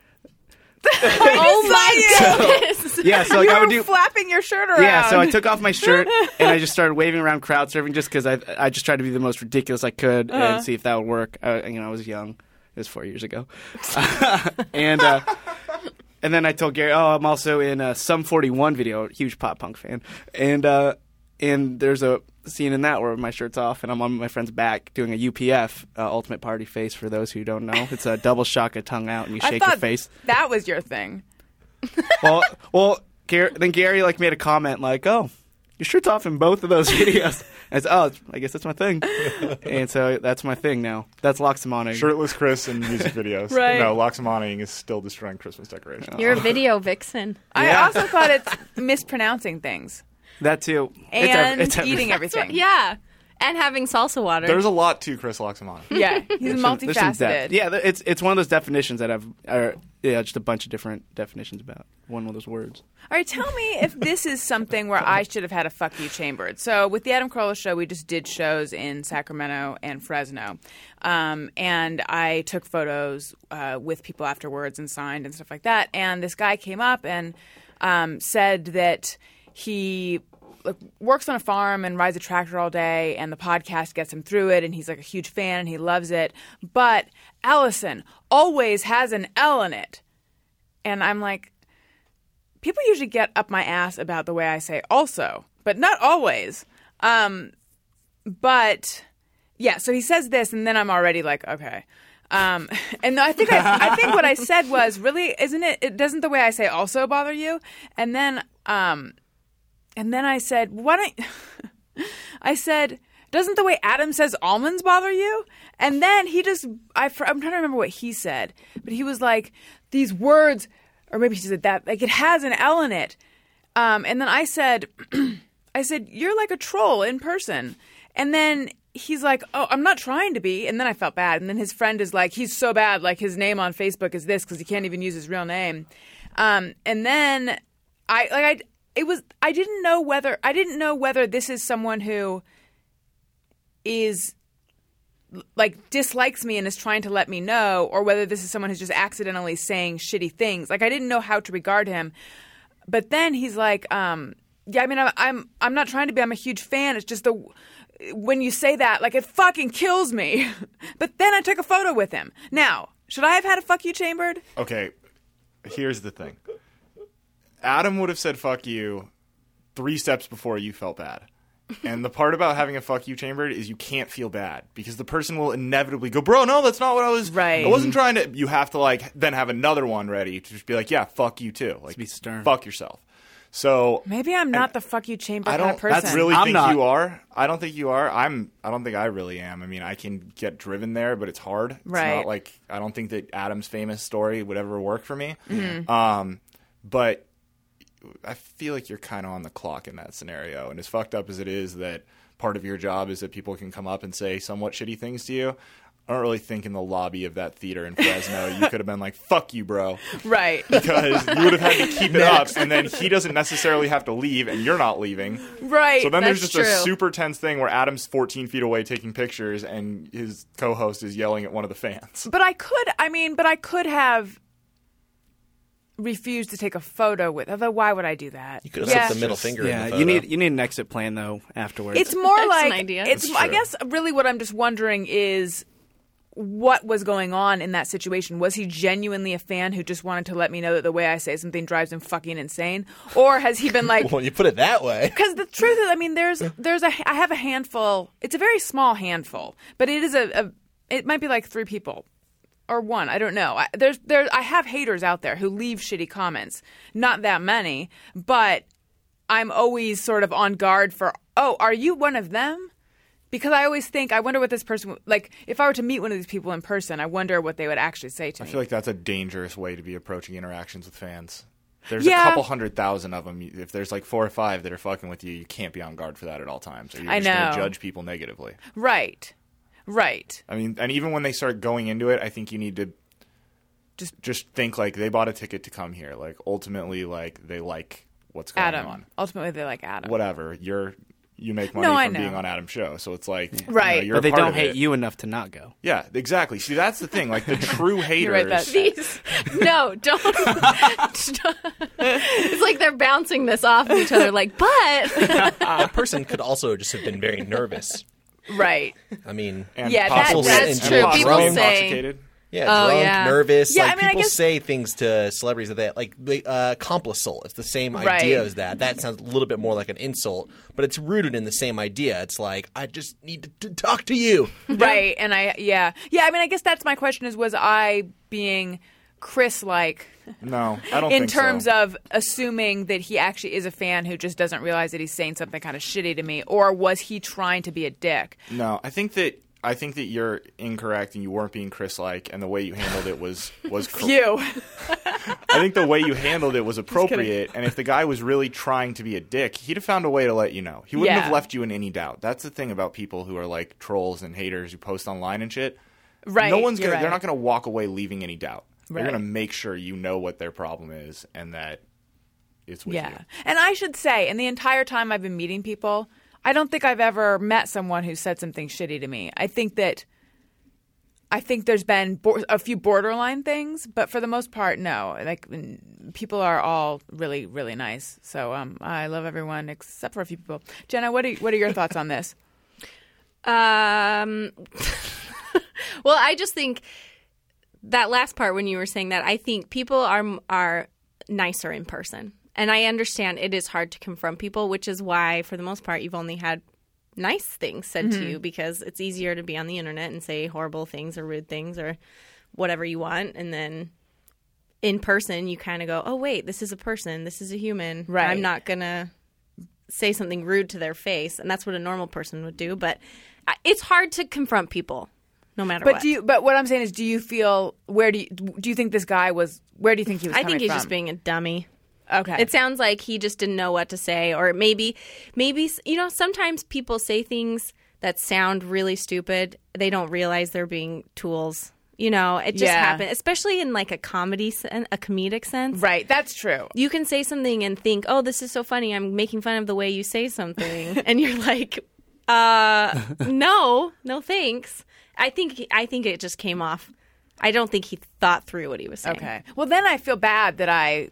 [SPEAKER 4] Oh my goodness!
[SPEAKER 5] Yeah, so like
[SPEAKER 2] you
[SPEAKER 5] I
[SPEAKER 2] were
[SPEAKER 5] would do.
[SPEAKER 2] flapping your shirt around.
[SPEAKER 5] Yeah, so I took off my shirt and I just started waving around crowd surfing just because I I just tried to be the most ridiculous I could
[SPEAKER 2] Uh-huh.
[SPEAKER 5] and see if that would work. I, you know, I was young. It was four years ago, and uh, and then I told Gary, oh, I'm also in a Sum 41 video. Huge pop punk fan, and uh, and there's a scene in that where my shirt's off and I'm on my friend's back doing a UPF uh, ultimate party face. For those who don't know, it's a double shock of tongue out and you
[SPEAKER 2] I
[SPEAKER 5] shake
[SPEAKER 2] thought
[SPEAKER 5] your face
[SPEAKER 2] That was your thing.
[SPEAKER 5] well, well, Gar- then Gary like made a comment like, "Oh, your shirt's off in both of those videos." And it's, oh, I guess that's my thing. and so that's my thing now. That's Loxamana.
[SPEAKER 6] Shirtless Chris in music videos.
[SPEAKER 2] Right.
[SPEAKER 6] No, Loxamaniing is still destroying Christmas decorations.
[SPEAKER 4] You're a video vixen.
[SPEAKER 2] I also thought it's mispronouncing things
[SPEAKER 5] That too. It's ev-
[SPEAKER 2] and
[SPEAKER 5] it's everything.
[SPEAKER 2] eating everything.
[SPEAKER 4] Yeah, and having salsa water.
[SPEAKER 6] There's a lot to Chris Loxamani.
[SPEAKER 2] yeah. He's
[SPEAKER 5] There's some
[SPEAKER 2] multifaceted.
[SPEAKER 5] depth. Yeah, th- it's it's one of those definitions that I've are yeah, just a bunch of different definitions about one of those words.
[SPEAKER 2] All right, tell me if this is something where I should have had a fuck you chambered. So with the Adam Carolla show, we just did shows in Sacramento and Fresno, um, and I took photos uh, with people afterwards and signed and stuff like that. And this guy came up and um, said that he like works on a farm and rides a tractor all day and the podcast gets him through it and he's like a huge fan and he loves it but allison always has an l in it and i'm like people usually get up my ass about the way I say also, but not always. Um, but yeah, so he says this, and then I'm already like, okay. Um, and I think I, I think what I said was really isn't it? It doesn't the way I say also bother you? And then um, and then I said, why don't I said. Doesn't the way Adam says almonds bother you? And then he just, I, fr- I'm trying to remember what he said, but he was like, these words, or maybe he said that, like it has an L in it. Um, and then I said, I said, You're like a troll in person. And then he's like, Oh, I'm not trying to be. And then I felt bad. And then his friend is like, He's so bad. Like, his name on Facebook is this because he can't even use his real name. Um, and then I, like, I, it was, I didn't know whether, I didn't know whether this is someone who is like dislikes me and is trying to let me know or whether this is someone who's just accidentally saying shitty things like i didn't know how to regard him but then he's like um yeah i mean i'm i'm, I'm not trying to be i'm a huge fan it's just the when you say that like it fucking kills me but then i took a photo with him now should i have had a fuck you chambered
[SPEAKER 6] Okay, here's the thing. Adam would have said "fuck you" three steps before you felt bad. And the part about having a "fuck you" chambered is you can't feel bad because the person will inevitably go, "Bro, no, that's not what I was.
[SPEAKER 2] Right.
[SPEAKER 6] I wasn't trying to." You have to like then have another one ready to just be like, "Yeah, fuck you too." Like,
[SPEAKER 5] be stern.
[SPEAKER 6] Fuck yourself. So
[SPEAKER 2] maybe i'm not the fuck you chambered
[SPEAKER 6] I
[SPEAKER 2] kind
[SPEAKER 6] don't
[SPEAKER 2] of person
[SPEAKER 6] really
[SPEAKER 5] I'm
[SPEAKER 6] think
[SPEAKER 5] not.
[SPEAKER 6] you are. I don't think you are. I'm. I don't think I really am. I mean, I can get driven there, but it's hard. It's
[SPEAKER 2] Right.
[SPEAKER 6] not like I don't think that Adam's famous story would ever work for me.
[SPEAKER 2] Mm-hmm.
[SPEAKER 6] Um, but I feel like you're kind of on the clock in that scenario. And as fucked up as it is that part of your job is that people can come up and say somewhat shitty things to you. I don't really think in the lobby of that theater in Fresno you could have been like, "Fuck you, bro."
[SPEAKER 2] right
[SPEAKER 6] because you would have had to keep it up, and then he doesn't necessarily have to leave, and you're not leaving.
[SPEAKER 2] right
[SPEAKER 6] So then there's
[SPEAKER 4] that's
[SPEAKER 6] just a
[SPEAKER 4] true.
[SPEAKER 6] super tense thing where Adam's 14 feet away taking pictures, and his co-host is yelling at one of the fans.
[SPEAKER 2] But I could, I mean, but I could have refused to take a photo with. Although, why would I do that?
[SPEAKER 3] You could have slipped the middle finger in the
[SPEAKER 5] Yeah,
[SPEAKER 3] photo.
[SPEAKER 5] you need you need an exit plan though afterwards.
[SPEAKER 2] It's more
[SPEAKER 4] That's
[SPEAKER 2] like
[SPEAKER 4] an idea.
[SPEAKER 2] it's.
[SPEAKER 6] That's
[SPEAKER 2] I
[SPEAKER 6] true.
[SPEAKER 2] guess really what I'm just wondering is what was going on in that situation. Was he genuinely a fan who just wanted to let me know that the way I say something drives him fucking insane, or has he been like?
[SPEAKER 3] well, you put it that way.
[SPEAKER 2] Because the truth is, I mean, there's there's a I have a handful. It's a very small handful, but it is a, a it might be like three people or one. I don't know. I, there's there I have haters out there who leave shitty comments. Not that many, but I'm always sort of on guard for. Oh, are you one of them? Because I always think I wonder what this person like. If I were to meet one of these people in person, I wonder what they would actually say to
[SPEAKER 6] I
[SPEAKER 2] me.
[SPEAKER 6] feel like that's a dangerous way to be approaching interactions with fans. There's
[SPEAKER 2] Yeah.
[SPEAKER 6] a couple hundred thousand of them. If there's like four or five that are fucking with you, you can't be on guard for that at all times. Or you're
[SPEAKER 2] I
[SPEAKER 6] just going
[SPEAKER 2] know.
[SPEAKER 6] to judge people negatively.
[SPEAKER 2] right, right.
[SPEAKER 6] I mean, and even when they start going into it, I think you need to
[SPEAKER 2] Just-
[SPEAKER 6] just think like they bought a ticket to come here. Like ultimately, like they like what's going
[SPEAKER 2] Adam.
[SPEAKER 6] on.
[SPEAKER 2] Ultimately, they like Adam.
[SPEAKER 6] Whatever you're, you make money
[SPEAKER 2] No, I
[SPEAKER 6] from being
[SPEAKER 2] know.
[SPEAKER 6] on Adam's show, so it's like you know,
[SPEAKER 2] Right.
[SPEAKER 6] you're
[SPEAKER 5] but
[SPEAKER 6] a
[SPEAKER 5] they
[SPEAKER 6] part
[SPEAKER 5] don't
[SPEAKER 6] of
[SPEAKER 5] hate
[SPEAKER 6] it.
[SPEAKER 5] you enough to not go.
[SPEAKER 6] Yeah, exactly. See, that's the thing. Like the true haters.
[SPEAKER 2] You're right, Beth.
[SPEAKER 4] These, no, don't. it's like they're bouncing this off of each other. Like, but
[SPEAKER 3] that person could also just have been very nervous.
[SPEAKER 2] Right.
[SPEAKER 3] I mean,
[SPEAKER 6] and
[SPEAKER 2] Yeah, that-
[SPEAKER 6] possibly-
[SPEAKER 3] that's
[SPEAKER 6] and
[SPEAKER 3] true.
[SPEAKER 6] possibly
[SPEAKER 3] People say-
[SPEAKER 6] intoxicated.
[SPEAKER 3] yeah,
[SPEAKER 4] Oh,
[SPEAKER 3] drunk,
[SPEAKER 4] yeah.
[SPEAKER 3] nervous.
[SPEAKER 2] Yeah,
[SPEAKER 3] like
[SPEAKER 2] I mean, I
[SPEAKER 3] people
[SPEAKER 2] guess-
[SPEAKER 3] say things to celebrities that they like they, uh, complicit. It's the same
[SPEAKER 2] Right.
[SPEAKER 3] idea as that. That sounds a little bit more like an insult, but it's rooted in the same idea. It's like I just need to, to talk to you.
[SPEAKER 2] right and i yeah yeah i mean i guess that's my question is was i being chris like
[SPEAKER 6] No, I don't.
[SPEAKER 2] in
[SPEAKER 6] think
[SPEAKER 2] terms
[SPEAKER 6] so.
[SPEAKER 2] of assuming that he actually is a fan who just doesn't realize that he's saying something kind of shitty to me or was he trying to be a dick
[SPEAKER 6] No, I think that I think that you're incorrect, and you weren't being Chris-like, and the way you handled it was was cor-
[SPEAKER 2] you
[SPEAKER 6] I think the way you handled it was appropriate, and if the guy was really trying to be a dick, he'd have found a way to let you know. He wouldn't
[SPEAKER 2] Yeah.
[SPEAKER 6] have left you in any doubt. That's the thing about people who are like trolls and haters who post online and shit.
[SPEAKER 2] right
[SPEAKER 6] no one's
[SPEAKER 2] you're
[SPEAKER 6] gonna. They're
[SPEAKER 2] right.
[SPEAKER 6] not gonna walk away leaving any doubt.
[SPEAKER 2] Right.
[SPEAKER 6] They're gonna make sure you know what their problem is and that it's with
[SPEAKER 2] yeah
[SPEAKER 6] you.
[SPEAKER 2] and i should say in the entire time i've been meeting people i don't think i've ever met someone who said something shitty to me i think that I think there's been bor- a few borderline things, but for the most part, no. Like n- people are all really, really nice. So um, I love everyone except for a few people. Jenna, what are what are your thoughts on this?
[SPEAKER 4] um, well, I just think that last part when you were saying that, I think people are are nicer in person, and I understand it is hard to confront people, which is why, for the most part, you've only had nice things said to you because it's easier to be on the internet and say horrible things or rude things or whatever you want, and then in person you kind of go, "Oh wait, this is a person. This is a human.
[SPEAKER 2] Right.
[SPEAKER 4] I'm not gonna." say something rude to their face, and that's what a normal person would do. But uh, it's hard to confront people, no matter
[SPEAKER 2] But
[SPEAKER 4] what.
[SPEAKER 2] do you? But what I'm saying is, do you feel where do you, do you think this guy was? Where do you think he was?
[SPEAKER 4] I think
[SPEAKER 2] coming
[SPEAKER 4] he's
[SPEAKER 2] from?
[SPEAKER 4] just being a dummy.
[SPEAKER 2] Okay.
[SPEAKER 4] It sounds like he just didn't know what to say, or maybe, maybe you know, sometimes people say things that sound really stupid. They don't realize they're being tools. You know, it just
[SPEAKER 2] Yeah.
[SPEAKER 4] happens, especially in like a comedy, sen- a comedic sense.
[SPEAKER 2] right. That's true.
[SPEAKER 4] You can say something and think, "Oh, this is so funny. I'm making fun of the way you say something," and you're like, "Uh, no, no, thanks." I think I think it just came off. I don't think he thought through what he was saying.
[SPEAKER 2] Okay. Well, then I feel bad that I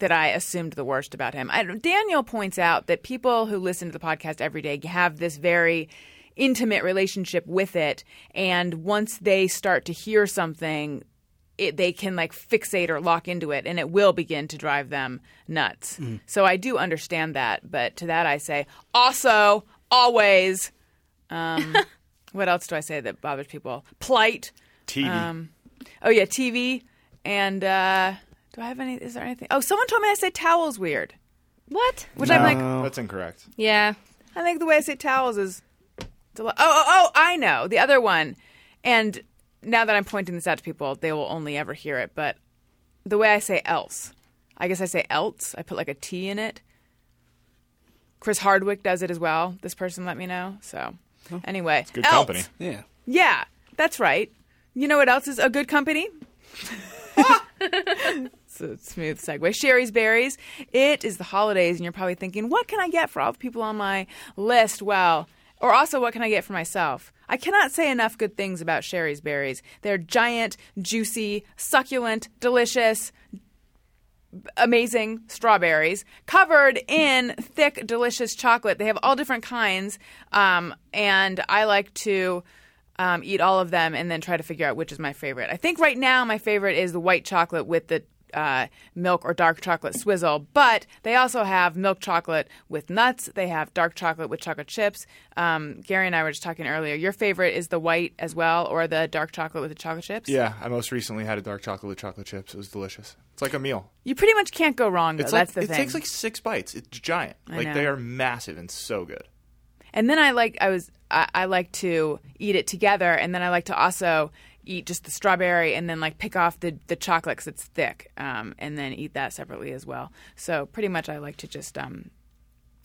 [SPEAKER 2] that I assumed the worst about him. I, Daniel points out that people who listen to the podcast every day have this very intimate relationship with it, and once they start to hear something. It, they can like fixate or lock into it and it will begin to drive them nuts. So I do understand that, but to that I say also always um what else do I say that bothers people? Plight,
[SPEAKER 6] TV.
[SPEAKER 2] Oh yeah, TV and uh, do I have any? Is there anything? Oh, someone told me I say towels weird,
[SPEAKER 4] What?
[SPEAKER 2] which I'm like,
[SPEAKER 6] That's incorrect.
[SPEAKER 4] Yeah.
[SPEAKER 2] I think the way I say towels is. it's a lot- Oh, oh, oh! I know the other one, and now that I'm pointing this out to people, they will only ever hear it. But the way I say else, I guess I say else. I put like a T in it. Chris Hardwick does it as well. This person let me know. So anyway,
[SPEAKER 6] Good
[SPEAKER 2] else.
[SPEAKER 6] company.
[SPEAKER 5] Yeah.
[SPEAKER 2] Yeah, that's right. You know what else is a good company? it's a smooth segue. Sherry's Berries. It is the holidays, and you're probably thinking, what can I get for all the people on my list? Well, or also, what can I get for myself? I cannot say enough good things about Sherry's Berries. They're giant, juicy, succulent, delicious amazing strawberries covered in thick, delicious chocolate. They have all different kinds, um, and I like to um, eat all of them and then try to figure out which is my favorite. I think right now my favorite is the white chocolate with the uh, milk or dark chocolate swizzle, but they also have milk chocolate with nuts. They have dark chocolate with chocolate chips. Um, Gary and I were just talking earlier. Your favorite is the white as well, or the dark chocolate with the chocolate chips?
[SPEAKER 6] Yeah, I most recently had a dark chocolate with chocolate chips. It was delicious. It's like a meal.
[SPEAKER 2] You pretty much can't go wrong. Though.
[SPEAKER 6] It's
[SPEAKER 2] That's
[SPEAKER 6] like
[SPEAKER 2] the
[SPEAKER 6] it
[SPEAKER 2] thing.
[SPEAKER 6] takes like six bites. It's giant. like
[SPEAKER 2] know.
[SPEAKER 6] they are massive and so good.
[SPEAKER 2] And then I like I was I, I like to eat it together, and then I like to also eat just the strawberry, and then like pick off the the chocolate 'cause it's thick, um, and then eat that separately as well. So pretty much I like to just um,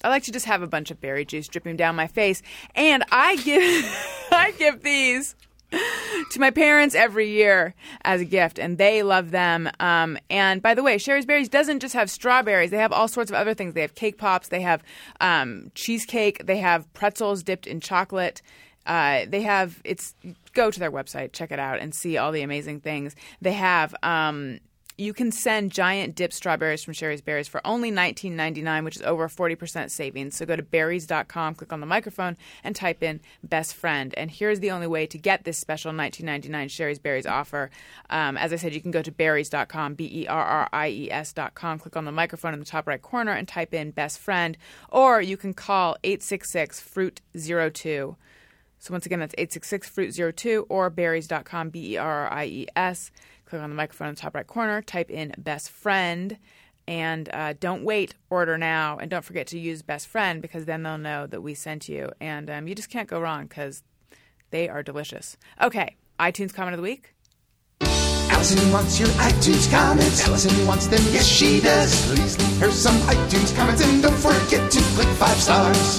[SPEAKER 2] I like to just have a bunch of berry juice dripping down my face, and I give I give these to my parents every year as a gift, and they love them. Um, and by the way, Sherry's Berries doesn't just have strawberries; they have all sorts of other things. They have cake pops, they have um, cheesecake, they have pretzels dipped in chocolate. Uh, they have it's go to their website, check it out, and see all the amazing things they have. Um, you can send giant dip strawberries from Sherry's Berries for only $19.99, which is over 40% savings. So go to berries.com, click on the microphone, and type in best friend. And here's the only way to get this special $19.99 Sherry's Berries offer. Um, as I said, you can go to berries.com, B E R R I E S.com, click on the microphone in the top right corner, and type in best friend. Or you can call 866 Fruit 02. So once again, that's 866-FRUIT-02 or berries.com, B-E-R-R-I-E-S. E Click on the microphone in the top right corner, type in best friend, and uh, don't wait, order now. And don't forget to use best friend because then they'll know that we sent you. And um, you just can't go wrong because they are delicious. Okay, iTunes comment of the week.
[SPEAKER 1] Allison wants your iTunes comments. Allison wants them, yes she does. Please leave her some iTunes comments and don't forget to click five stars.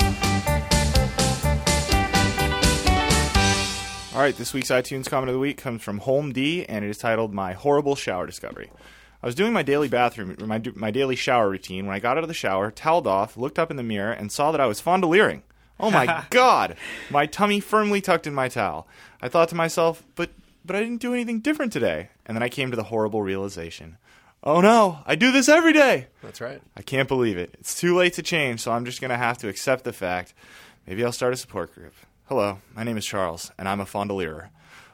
[SPEAKER 6] All right, this week's iTunes comment of the week comes from Holm D, and it is titled "My Horrible Shower Discovery." I was doing my daily bathroom, my, my daily shower routine when I got out of the shower, toweled off, looked up in the mirror, and saw that I was fondoliering. Oh my god! My tummy firmly tucked in my towel. I thought to myself, but but I didn't do anything different today. And then I came to the horrible realization: Oh no, I do this every day.
[SPEAKER 3] That's right.
[SPEAKER 6] I can't believe it. It's too late to change, so I'm just going to have to accept the fact. Maybe I'll start a support group. Hello, my name is Charles, and I'm a fondolier.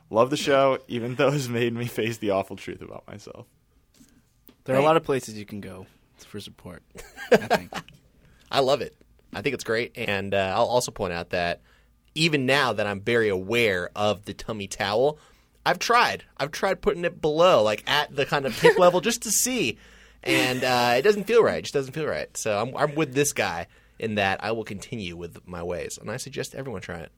[SPEAKER 6] Love the show, even though it's made me face the awful truth about myself.
[SPEAKER 5] There are a lot of places you can go for support. I think.
[SPEAKER 3] I love it. I think it's great. And uh, I'll also point out that even now that I'm very aware of the tummy towel, I've tried. I've tried putting it below, like at the kind of hip level, just to see. And uh, it doesn't feel right. It just doesn't feel right. So I'm, I'm with this guy in that I will continue with my ways. And I suggest everyone try it.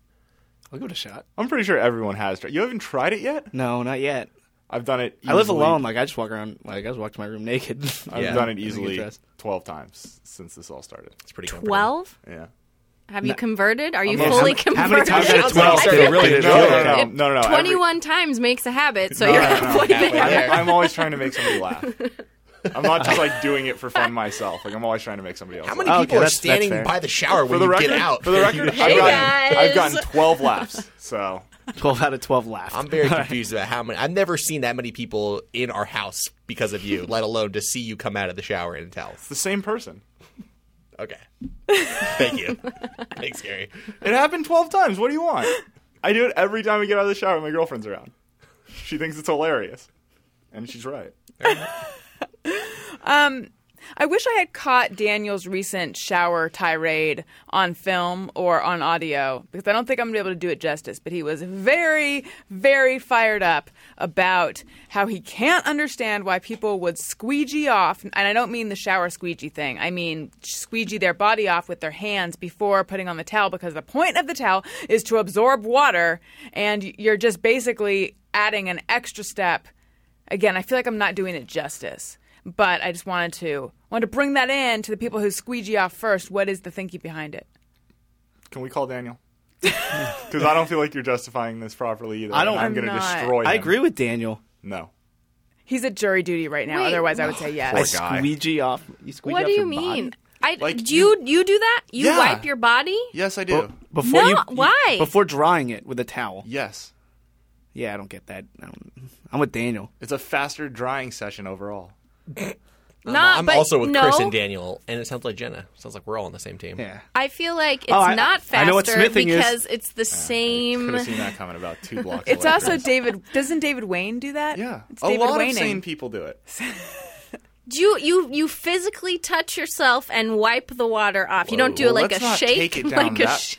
[SPEAKER 5] I'll give it a shot.
[SPEAKER 6] I'm pretty sure everyone has tried. You haven't tried it yet?
[SPEAKER 5] No, not yet.
[SPEAKER 6] I've done it. Easily.
[SPEAKER 5] I live alone. Like I just walk around. Like I just walk to my room naked.
[SPEAKER 6] I've
[SPEAKER 3] Yeah.
[SPEAKER 6] done it
[SPEAKER 5] I think it's
[SPEAKER 6] easily
[SPEAKER 5] us.
[SPEAKER 6] twelve times since this all started.
[SPEAKER 3] It's pretty comfortable.
[SPEAKER 4] Twelve?
[SPEAKER 6] Yeah.
[SPEAKER 4] Have you converted? Are you
[SPEAKER 5] Almost.
[SPEAKER 4] fully
[SPEAKER 5] How many- how
[SPEAKER 4] converted?
[SPEAKER 5] many times out of
[SPEAKER 4] I
[SPEAKER 5] 12
[SPEAKER 4] feel
[SPEAKER 5] did it
[SPEAKER 4] like
[SPEAKER 5] really
[SPEAKER 4] if-
[SPEAKER 5] do it?
[SPEAKER 6] No, no,
[SPEAKER 4] if
[SPEAKER 6] no, no, no. Every-
[SPEAKER 4] Twenty-one times makes a habit, so you're halfway there.
[SPEAKER 6] I'm, I'm always trying to make somebody laugh. I'm not just like doing it for fun myself. Like I'm always trying to make somebody else.
[SPEAKER 3] How
[SPEAKER 6] laugh.
[SPEAKER 3] many
[SPEAKER 5] Okay,
[SPEAKER 3] people are
[SPEAKER 5] that's- that's
[SPEAKER 3] standing
[SPEAKER 5] fair.
[SPEAKER 3] by the shower when
[SPEAKER 6] the
[SPEAKER 3] you
[SPEAKER 6] record,
[SPEAKER 3] get out?
[SPEAKER 6] For the record,
[SPEAKER 4] Hey,
[SPEAKER 6] I've, gotten, I've
[SPEAKER 4] guys.
[SPEAKER 6] gotten 12 laughs. So,
[SPEAKER 5] Twelve out of twelve laughed.
[SPEAKER 3] I'm very confused about how many. I've never seen that many people in our house because of you, let alone to see you come out of the shower in towels.
[SPEAKER 6] the same person.
[SPEAKER 3] Okay. Thank you. Thanks, Gary.
[SPEAKER 4] Uh,
[SPEAKER 6] It happened 12 times. What do you want? I do it every time we get out of the shower and my girlfriend's around. She thinks it's hilarious. And she's right.
[SPEAKER 2] I wish I had caught Daniel's recent shower tirade on film or on audio because I don't think I'm going to be able to do it justice. But he was very, very fired up about how he can't understand why people would squeegee off. And I don't mean the shower squeegee thing, I mean squeegee their body off with their hands before putting on the towel because the point of the towel is to absorb water and you're just basically adding an extra step again, I feel like I'm not doing it justice, but I just wanted to wanted to bring that in to the people who squeegee off first. What is the thinking behind it?
[SPEAKER 6] Can we call Daniel? Because I don't feel like you're justifying this properly either.
[SPEAKER 5] I don't-
[SPEAKER 6] I'm going to
[SPEAKER 2] I'm not.
[SPEAKER 6] destroy
[SPEAKER 5] I
[SPEAKER 6] him.
[SPEAKER 5] agree with Daniel.
[SPEAKER 6] No.
[SPEAKER 2] He's at jury duty right now.
[SPEAKER 4] Wait.
[SPEAKER 2] Otherwise, I would say
[SPEAKER 5] I
[SPEAKER 2] yes.
[SPEAKER 6] Poor guy.
[SPEAKER 5] squeegee off. You squeegee
[SPEAKER 4] What
[SPEAKER 5] off
[SPEAKER 4] do you
[SPEAKER 5] your body?
[SPEAKER 4] mean? I
[SPEAKER 6] Like,
[SPEAKER 4] do you you do that? You
[SPEAKER 6] Yeah.
[SPEAKER 4] wipe your body?
[SPEAKER 6] Yes, I do.
[SPEAKER 5] Before
[SPEAKER 4] No,
[SPEAKER 5] you,
[SPEAKER 4] why?
[SPEAKER 5] Before drying it with a towel.
[SPEAKER 6] yes.
[SPEAKER 5] Yeah, I don't get that. I don't, I'm with Daniel.
[SPEAKER 6] It's a faster drying session overall.
[SPEAKER 4] Not,
[SPEAKER 3] I'm
[SPEAKER 4] but
[SPEAKER 3] also with
[SPEAKER 4] no,
[SPEAKER 3] Chris and Daniel, and it sounds like Jenna. Sounds like we're all on the same team.
[SPEAKER 5] Yeah.
[SPEAKER 4] I feel like it's
[SPEAKER 5] Oh, I-
[SPEAKER 4] not
[SPEAKER 5] I know what
[SPEAKER 4] faster
[SPEAKER 5] smithing is.
[SPEAKER 4] because it's the
[SPEAKER 6] Could
[SPEAKER 4] same.
[SPEAKER 6] have Ah, seen that coming about two blocks
[SPEAKER 2] It's
[SPEAKER 6] away.
[SPEAKER 2] also David. Doesn't David Wayne do that?
[SPEAKER 6] Yeah.
[SPEAKER 2] it's
[SPEAKER 6] A
[SPEAKER 2] David
[SPEAKER 6] lot
[SPEAKER 2] Wayning.
[SPEAKER 6] of sane people do it.
[SPEAKER 4] Do you you you physically touch yourself and wipe the water off? you don't do
[SPEAKER 6] Well,
[SPEAKER 4] like
[SPEAKER 6] let's
[SPEAKER 4] a
[SPEAKER 6] not
[SPEAKER 4] shake,
[SPEAKER 6] take it down
[SPEAKER 4] like
[SPEAKER 6] that-
[SPEAKER 4] a. Sh-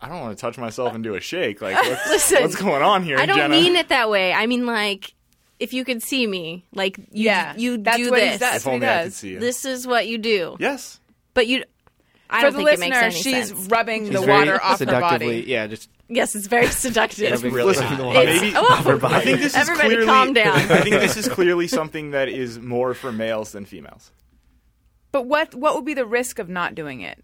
[SPEAKER 6] I don't want to touch myself and do a shake. Like, what's,
[SPEAKER 4] Listen,
[SPEAKER 6] what's going on here,
[SPEAKER 4] I don't
[SPEAKER 6] Jenna?
[SPEAKER 4] mean it that way. I mean like if you could see me, like you,
[SPEAKER 2] Yeah,
[SPEAKER 4] you
[SPEAKER 2] that's
[SPEAKER 4] do
[SPEAKER 2] what he
[SPEAKER 4] this.
[SPEAKER 2] does.
[SPEAKER 6] If only I could
[SPEAKER 2] does.
[SPEAKER 6] see you.
[SPEAKER 4] This is what you do.
[SPEAKER 6] yes.
[SPEAKER 4] But you, I
[SPEAKER 2] For
[SPEAKER 4] don't
[SPEAKER 2] the
[SPEAKER 4] think it
[SPEAKER 2] listener,
[SPEAKER 4] makes any
[SPEAKER 2] she's
[SPEAKER 4] sense.
[SPEAKER 2] rubbing the
[SPEAKER 5] He's very
[SPEAKER 2] water off her
[SPEAKER 5] seductively.
[SPEAKER 2] body.
[SPEAKER 5] Yeah, just
[SPEAKER 4] Yes, it's very seductive.
[SPEAKER 3] It's really
[SPEAKER 6] Listen,
[SPEAKER 3] hot.
[SPEAKER 4] It's-
[SPEAKER 6] maybe,
[SPEAKER 4] oh,
[SPEAKER 6] I think this is
[SPEAKER 4] everybody
[SPEAKER 6] clearly,
[SPEAKER 4] calm down.
[SPEAKER 6] I think this is clearly something that is more for males than females.
[SPEAKER 2] But what what would be the risk of not doing it?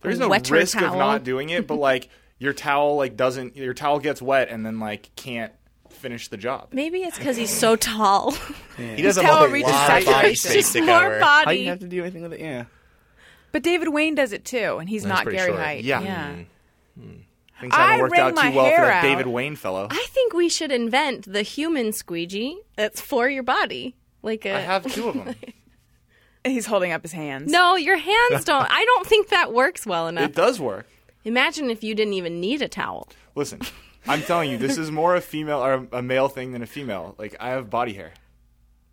[SPEAKER 6] There's no
[SPEAKER 4] Wet your
[SPEAKER 6] risk of
[SPEAKER 4] towel.
[SPEAKER 6] not doing it, but like your towel like doesn't your towel gets wet and then like can't finish the job.
[SPEAKER 4] Maybe it's because he's so tall.
[SPEAKER 3] He doesn't
[SPEAKER 2] towel
[SPEAKER 3] want a
[SPEAKER 2] reaches
[SPEAKER 3] lot of body
[SPEAKER 2] saturation.
[SPEAKER 3] space to
[SPEAKER 4] More
[SPEAKER 3] cover.
[SPEAKER 5] I didn't have
[SPEAKER 4] body.
[SPEAKER 5] to do anything with it. Yeah.
[SPEAKER 2] But David Wayne does it too, and he's not
[SPEAKER 3] pretty
[SPEAKER 2] Gary
[SPEAKER 3] short.
[SPEAKER 2] Height.
[SPEAKER 6] Yeah.
[SPEAKER 2] yeah.
[SPEAKER 6] Things haven't
[SPEAKER 2] I
[SPEAKER 6] worked
[SPEAKER 2] wring
[SPEAKER 6] out
[SPEAKER 2] my
[SPEAKER 6] too well for
[SPEAKER 2] hair
[SPEAKER 6] that
[SPEAKER 2] out.
[SPEAKER 6] David Wayne fellow.
[SPEAKER 4] I think we should invent the human squeegee that's for your body. Like a
[SPEAKER 6] I have two of them.
[SPEAKER 2] He's holding up his hands.
[SPEAKER 4] no, your hands don't. I don't think that works well enough.
[SPEAKER 6] It does work.
[SPEAKER 4] Imagine if you didn't even need a towel.
[SPEAKER 6] Listen, I'm telling you, this is more a female or a male thing than a female. Like I have body hair.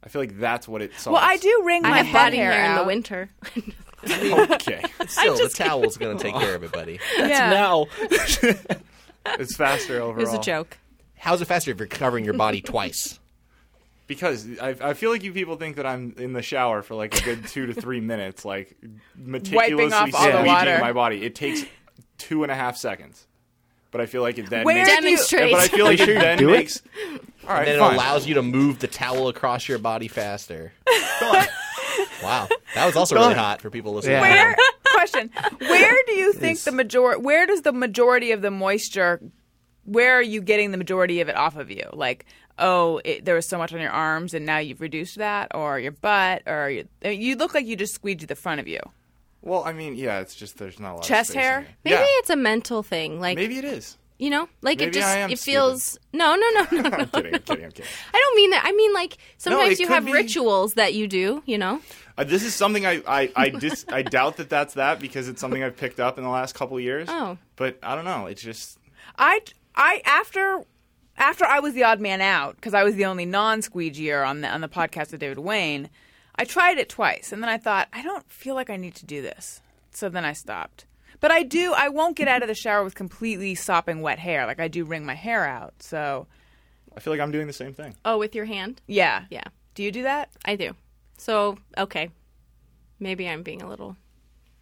[SPEAKER 6] I feel like that's what it solves.
[SPEAKER 2] Well, I do wring my
[SPEAKER 4] I have
[SPEAKER 2] head
[SPEAKER 4] body hair, in
[SPEAKER 2] out.
[SPEAKER 4] the winter.
[SPEAKER 6] Okay,
[SPEAKER 3] Still, the towel's going to take care of it, buddy.
[SPEAKER 2] Yeah.
[SPEAKER 5] Now.
[SPEAKER 6] it's faster overall.
[SPEAKER 4] it was a joke.
[SPEAKER 3] How's it faster if you're covering your body twice?
[SPEAKER 6] because I, I feel like you people think that I'm in the shower for like a good two to three minutes, like
[SPEAKER 2] off
[SPEAKER 6] meticulously
[SPEAKER 2] all the
[SPEAKER 6] squeegeeing
[SPEAKER 2] water.
[SPEAKER 6] my body. It takes two and a half seconds, but I feel like it then
[SPEAKER 2] Where
[SPEAKER 6] makes.
[SPEAKER 2] do you-
[SPEAKER 4] Demonstrate.
[SPEAKER 6] But I feel like it then
[SPEAKER 5] do it?
[SPEAKER 6] makes. All right,
[SPEAKER 3] Then it
[SPEAKER 6] fine.
[SPEAKER 3] allows you to move the towel across your body faster. wow. That was also really hot for people listening.
[SPEAKER 5] Yeah.
[SPEAKER 2] Where question? Where do you think the major? Where does the majority of the moisture? Where are you getting the majority of it off of you? Like, oh, it, there was so much on your arms, and now you've reduced that, or your butt, or your, I mean, you look like you just squeegee the front of you.
[SPEAKER 6] Well, I mean, yeah, it's just there's not a lot.
[SPEAKER 2] Chest
[SPEAKER 6] of space in
[SPEAKER 2] hair?
[SPEAKER 6] there.
[SPEAKER 4] Maybe
[SPEAKER 6] Yeah.
[SPEAKER 4] it's a mental thing. Like
[SPEAKER 6] maybe it is.
[SPEAKER 4] you know, like it
[SPEAKER 6] Maybe
[SPEAKER 4] just
[SPEAKER 6] I am
[SPEAKER 4] it feels. No, no, no, no, no.
[SPEAKER 6] I'm kidding. I'm kidding. I'm kidding.
[SPEAKER 4] I don't mean that. I mean like sometimes
[SPEAKER 6] it
[SPEAKER 4] you
[SPEAKER 6] could
[SPEAKER 4] have
[SPEAKER 6] be-
[SPEAKER 4] rituals that you do. You know.
[SPEAKER 6] Uh, this is something I I I, dis- I doubt that that's that because it's something I've picked up in the last couple of years.
[SPEAKER 4] Oh.
[SPEAKER 6] but I don't know. It's just
[SPEAKER 2] I I after after I was the odd man out because I was the only non squeegeer on the on the podcast with David Wayne. I tried it twice and then I thought I don't feel like I need to do this, so then I stopped. But I do. I won't get out of the shower with completely sopping wet hair. Like I do, wring my hair out. So
[SPEAKER 6] I feel like I'm doing the same thing.
[SPEAKER 4] Oh, with your hand.
[SPEAKER 2] yeah,
[SPEAKER 4] Yeah,
[SPEAKER 2] Do you do that?
[SPEAKER 4] I do. So okay, maybe I'm being a little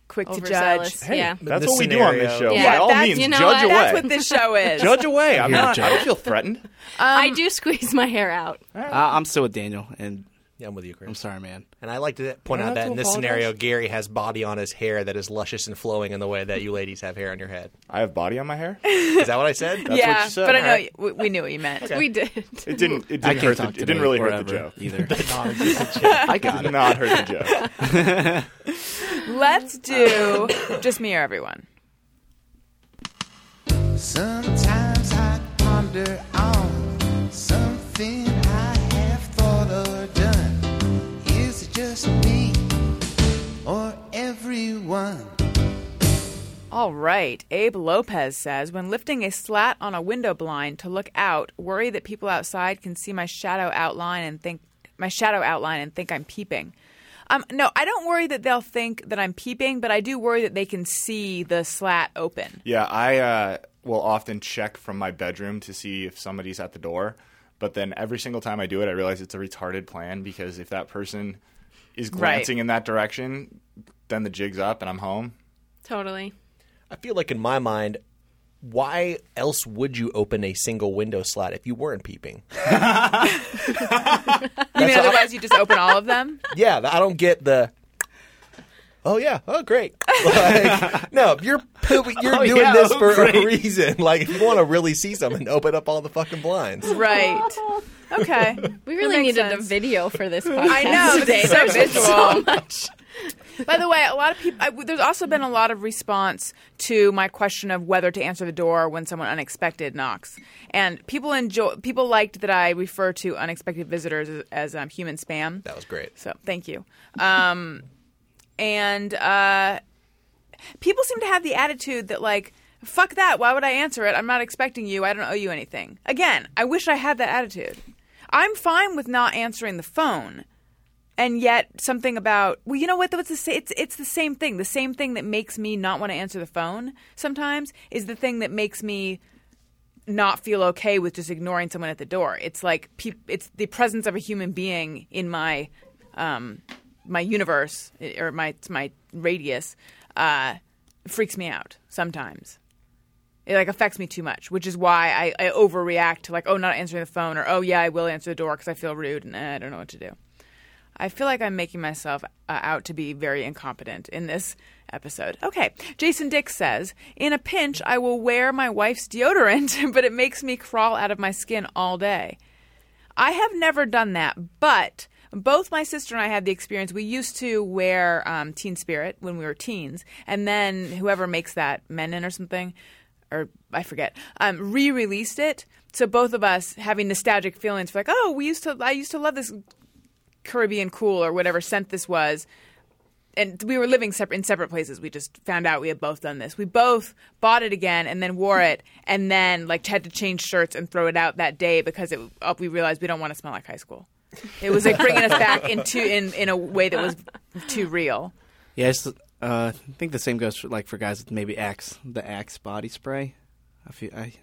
[SPEAKER 2] quick to judge.
[SPEAKER 4] Overzealous.
[SPEAKER 6] Hey,
[SPEAKER 4] yeah.
[SPEAKER 6] that's
[SPEAKER 3] this
[SPEAKER 6] what we do on this
[SPEAKER 3] scenario-
[SPEAKER 6] show.
[SPEAKER 4] Yeah,
[SPEAKER 6] By all
[SPEAKER 2] that's-
[SPEAKER 6] means,
[SPEAKER 4] you know
[SPEAKER 6] judge
[SPEAKER 4] what?
[SPEAKER 6] away.
[SPEAKER 2] That's what this show is.
[SPEAKER 6] judge away. I'm
[SPEAKER 3] Here,
[SPEAKER 6] not. I
[SPEAKER 3] judge.
[SPEAKER 6] don't feel threatened.
[SPEAKER 4] I do squeeze my hair out.
[SPEAKER 5] I, I'm still with Daniel, and
[SPEAKER 3] Yeah, I'm with you, Chris.
[SPEAKER 5] I'm sorry, man.
[SPEAKER 3] And I like to point
[SPEAKER 6] I
[SPEAKER 3] out
[SPEAKER 6] have
[SPEAKER 3] that
[SPEAKER 6] to
[SPEAKER 3] in this
[SPEAKER 6] apologize?
[SPEAKER 3] scenario, Gary has body on his hair that is luscious and flowing in the way that you ladies have hair on your head.
[SPEAKER 6] I have body on my hair.
[SPEAKER 3] Is that what I said?
[SPEAKER 6] what
[SPEAKER 2] yeah,
[SPEAKER 6] you said.
[SPEAKER 2] but I know
[SPEAKER 6] Alright.
[SPEAKER 2] we, we knew what you meant.
[SPEAKER 4] We did.
[SPEAKER 6] It didn't. It
[SPEAKER 5] I can't
[SPEAKER 6] didn't hurt.
[SPEAKER 5] talk
[SPEAKER 6] The,
[SPEAKER 5] to
[SPEAKER 6] it didn't really hurt the joke.
[SPEAKER 5] either.
[SPEAKER 6] I could not hurt the joke.
[SPEAKER 2] Let's do
[SPEAKER 6] Uh,
[SPEAKER 2] just me or everyone.
[SPEAKER 1] Sometimes I ponder on something I have thought or done. Is it just me or everyone?
[SPEAKER 2] All right. Abe Lopez says When lifting a slat on a window blind to look out, worry that people outside can see my shadow outline and think my shadow outline and think I'm peeping. Um, no, I don't worry that they'll think that I'm peeping, but I do worry that they can see the slat open.
[SPEAKER 6] Yeah, I uh, will often check from my bedroom to see if somebody's at the door, but then every single time I do it, I realize it's a retarded plan because if that person is glancing in that direction, then the jig's up and I'm home.
[SPEAKER 4] Totally.
[SPEAKER 3] I feel like in my mind, why else would you open a single window slat if you weren't peeping?
[SPEAKER 2] You mean otherwise you just open all of them?
[SPEAKER 3] Yeah, I don't get the. Oh yeah, oh great. Like, no, you're pooping, you're
[SPEAKER 5] Oh,
[SPEAKER 3] doing
[SPEAKER 5] yeah,
[SPEAKER 3] this
[SPEAKER 5] oh,
[SPEAKER 3] for a
[SPEAKER 5] great.
[SPEAKER 3] reason. Like if you want to really see something, open up all the fucking blinds.
[SPEAKER 2] Right. Okay.
[SPEAKER 4] We
[SPEAKER 2] That
[SPEAKER 4] really
[SPEAKER 2] makes
[SPEAKER 4] needed a
[SPEAKER 2] sense.
[SPEAKER 4] video for this podcast.
[SPEAKER 2] I know.
[SPEAKER 4] today.
[SPEAKER 2] This is so visual.
[SPEAKER 4] There's been so much.
[SPEAKER 2] By the way, a lot of people. I, there's also been a lot of response to my question of whether to answer the door when someone unexpected knocks, and people enjoy. People liked that I refer to unexpected visitors as, as um, human spam.
[SPEAKER 3] That was great.
[SPEAKER 2] So thank you. Um, and uh, people seem to have the attitude that like. Fuck that. Why would I answer it? I'm not expecting you. I don't owe you anything. Again, I wish I had that attitude. I'm fine with not answering the phone and yet something about well, you know what? Though it's the sa- it's it's the same thing. The same thing that makes me not want to answer the phone sometimes is the thing that makes me not feel okay with just ignoring someone at the door. It's like peop it's the presence of a human being in my um, my universe i- or my my radius uh, freaks me out sometimes. It like affects me too much, which is why I, I overreact to like oh not answering the phone or oh yeah I will answer the door because I feel rude and eh, I don't know what to do. I feel like I'm making myself uh, out to be very incompetent in this episode. Okay. Jason Dick says In a pinch, I will wear my wife's deodorant, but it makes me crawl out of my skin all day. I have never done that, but both my sister and I had the experience. We used to wear um, Teen Spirit when we were teens, and then whoever makes that, Menon or something, or I forget, um, re-released it. So both of us having nostalgic feelings, like, oh, we used to, I used to love this Caribbean cool or whatever scent this was. And we were living separate in separate places. We just found out we had both done this. We both bought it again and then wore it, and then like had to change shirts and throw it out that day because it oh, we realized we don't want to smell like high school. It was like bringing us back into in in a way that was too real.
[SPEAKER 5] Yeah, I, just, uh, I think the same goes for like for guys with maybe Axe, the Axe body spray. I feel, I, I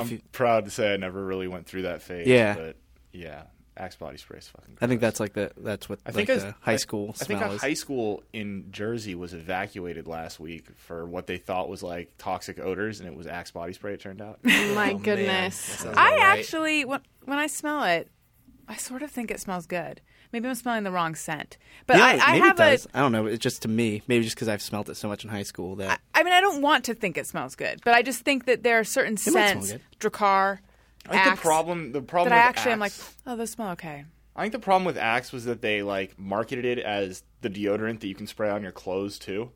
[SPEAKER 6] I'm
[SPEAKER 5] feel-
[SPEAKER 6] proud to say I never really went through that phase.
[SPEAKER 5] Yeah.
[SPEAKER 6] but yeah, Axe body spray is fucking.
[SPEAKER 5] I think
[SPEAKER 6] gross.
[SPEAKER 5] that's like the that's what
[SPEAKER 6] I
[SPEAKER 5] like
[SPEAKER 6] think I-
[SPEAKER 5] the high school
[SPEAKER 6] I, I think
[SPEAKER 5] smell
[SPEAKER 6] a
[SPEAKER 5] is.
[SPEAKER 6] high school in Jersey was evacuated last week for what they thought was like toxic odors, and it was Axe body spray. It turned out.
[SPEAKER 4] My
[SPEAKER 3] Oh, man. That
[SPEAKER 4] goodness.
[SPEAKER 3] sounds
[SPEAKER 2] I
[SPEAKER 3] about right.
[SPEAKER 2] actually when when I smell it, I sort of think it smells good. Maybe I'm smelling the wrong scent, but
[SPEAKER 5] yeah,
[SPEAKER 2] I, I
[SPEAKER 5] maybe
[SPEAKER 2] have
[SPEAKER 5] it does.
[SPEAKER 2] a.
[SPEAKER 5] I don't know. It's just to me, maybe just because I've smelt it so much in high school that
[SPEAKER 2] I mean, I don't want to think it smells good, but I just think that there are certain
[SPEAKER 5] smell
[SPEAKER 2] scents,
[SPEAKER 5] good.
[SPEAKER 2] Dracar,
[SPEAKER 6] I think
[SPEAKER 2] Axe,
[SPEAKER 6] the problem, the problem
[SPEAKER 2] that I
[SPEAKER 6] with
[SPEAKER 2] actually am like,
[SPEAKER 6] Axe-
[SPEAKER 2] oh, those smell okay.
[SPEAKER 6] I think the problem with Axe was that they like marketed it as the deodorant that you can spray on your clothes too.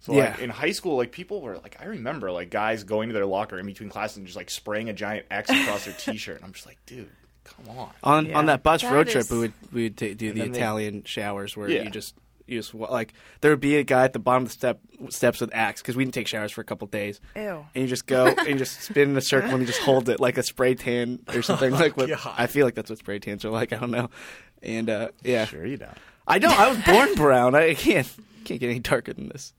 [SPEAKER 6] So like
[SPEAKER 5] Yeah.
[SPEAKER 6] in high school, like people were like, I remember like guys going to their locker in between classes and just like spraying a giant X across their T-shirt, and I'm just like, dude, come on.
[SPEAKER 2] Uh,
[SPEAKER 5] on on that bus
[SPEAKER 2] That
[SPEAKER 5] road
[SPEAKER 2] is-
[SPEAKER 5] trip we would we would ta- do the
[SPEAKER 6] then they-
[SPEAKER 5] Italian showers where
[SPEAKER 6] Yeah.
[SPEAKER 5] you just you just wa- like there would be a guy at the bottom of the step steps with axe because we didn't take showers for a couple days.
[SPEAKER 2] Ew.
[SPEAKER 5] And you just go and you just spin in a circle and you just hold it like a spray tan or
[SPEAKER 6] Oh,
[SPEAKER 5] something like what I feel like that's what spray tans are like. I don't know. And uh, yeah,
[SPEAKER 6] Sure you don't.
[SPEAKER 5] I don't. I was born brown. I can't can't get any darker than this.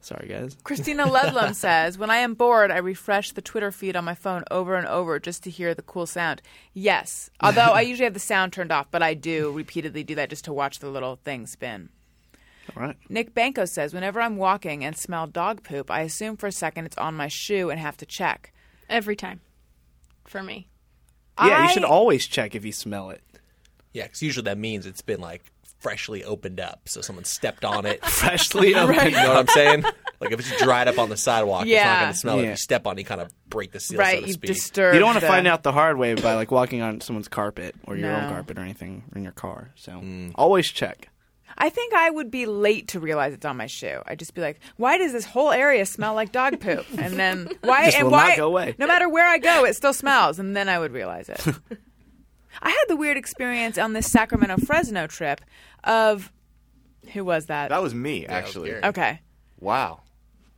[SPEAKER 5] Sorry guys.
[SPEAKER 2] Christina Ludlam says, when I am bored, I refresh the Twitter feed on my phone over and over just to hear the cool sound. Yes, although I usually have the sound turned off, but I do repeatedly do that just to watch the little thing spin.
[SPEAKER 5] Right.
[SPEAKER 2] Nick Banco says, Whenever I'm walking and smell dog poop, I assume for a second it's on my shoe and have to check.
[SPEAKER 4] every time for me.
[SPEAKER 5] Yeah, you should
[SPEAKER 2] I-
[SPEAKER 5] always check if you smell it.
[SPEAKER 3] Yeah, because usually that means it's been like freshly opened up, so someone stepped on it.
[SPEAKER 5] Freshly opened.
[SPEAKER 3] You know what I'm saying? Like if it's dried up on the sidewalk, it's not
[SPEAKER 2] Yeah.
[SPEAKER 3] going to smell it. If
[SPEAKER 5] Yeah.
[SPEAKER 3] you step on, it, you kind of break the seal,
[SPEAKER 2] right,
[SPEAKER 3] so to
[SPEAKER 2] you
[SPEAKER 3] speak.
[SPEAKER 2] disturb.
[SPEAKER 5] You don't want to
[SPEAKER 2] the-
[SPEAKER 5] find out the hard way by like walking on someone's carpet or your
[SPEAKER 2] No.
[SPEAKER 5] own carpet or anything or in your car. So always check.
[SPEAKER 2] I think I would be late to realize it's on my shoe. I'd just be like, "Why does this whole area smell like dog poop?" And then why
[SPEAKER 5] Just
[SPEAKER 2] and
[SPEAKER 5] will not
[SPEAKER 2] why
[SPEAKER 5] go away.
[SPEAKER 2] no matter where I go, it still smells, and then I would realize it. I had the weird experience on this Sacramento Fresno trip of who was that?
[SPEAKER 6] That was me, actually.
[SPEAKER 3] Gary.
[SPEAKER 2] okay.
[SPEAKER 6] Wow.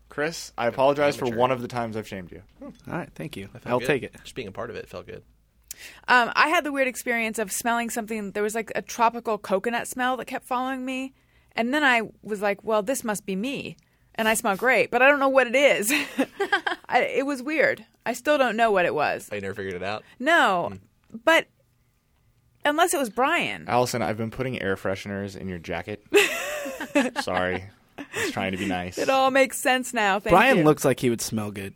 [SPEAKER 6] Chris, I apologize for one of the times I've shamed you.
[SPEAKER 5] All right, thank you. I'll
[SPEAKER 3] Good.
[SPEAKER 5] take it.
[SPEAKER 3] Just being a part of it felt good.
[SPEAKER 2] Um, I had the weird experience of smelling something. There was like a tropical coconut smell that kept following me, and then I was like, "Well, this must be me," and I smell great, but I don't know what it is. I, it was weird. I still don't know what it was.
[SPEAKER 3] I Oh, never figured it out.
[SPEAKER 2] No, but unless it was Brian.
[SPEAKER 6] Allison, I've been putting air fresheners in your jacket. Sorry. I was trying to be nice.
[SPEAKER 2] It all makes sense now. Thank
[SPEAKER 5] Brian
[SPEAKER 2] you.
[SPEAKER 5] looks like he would smell good.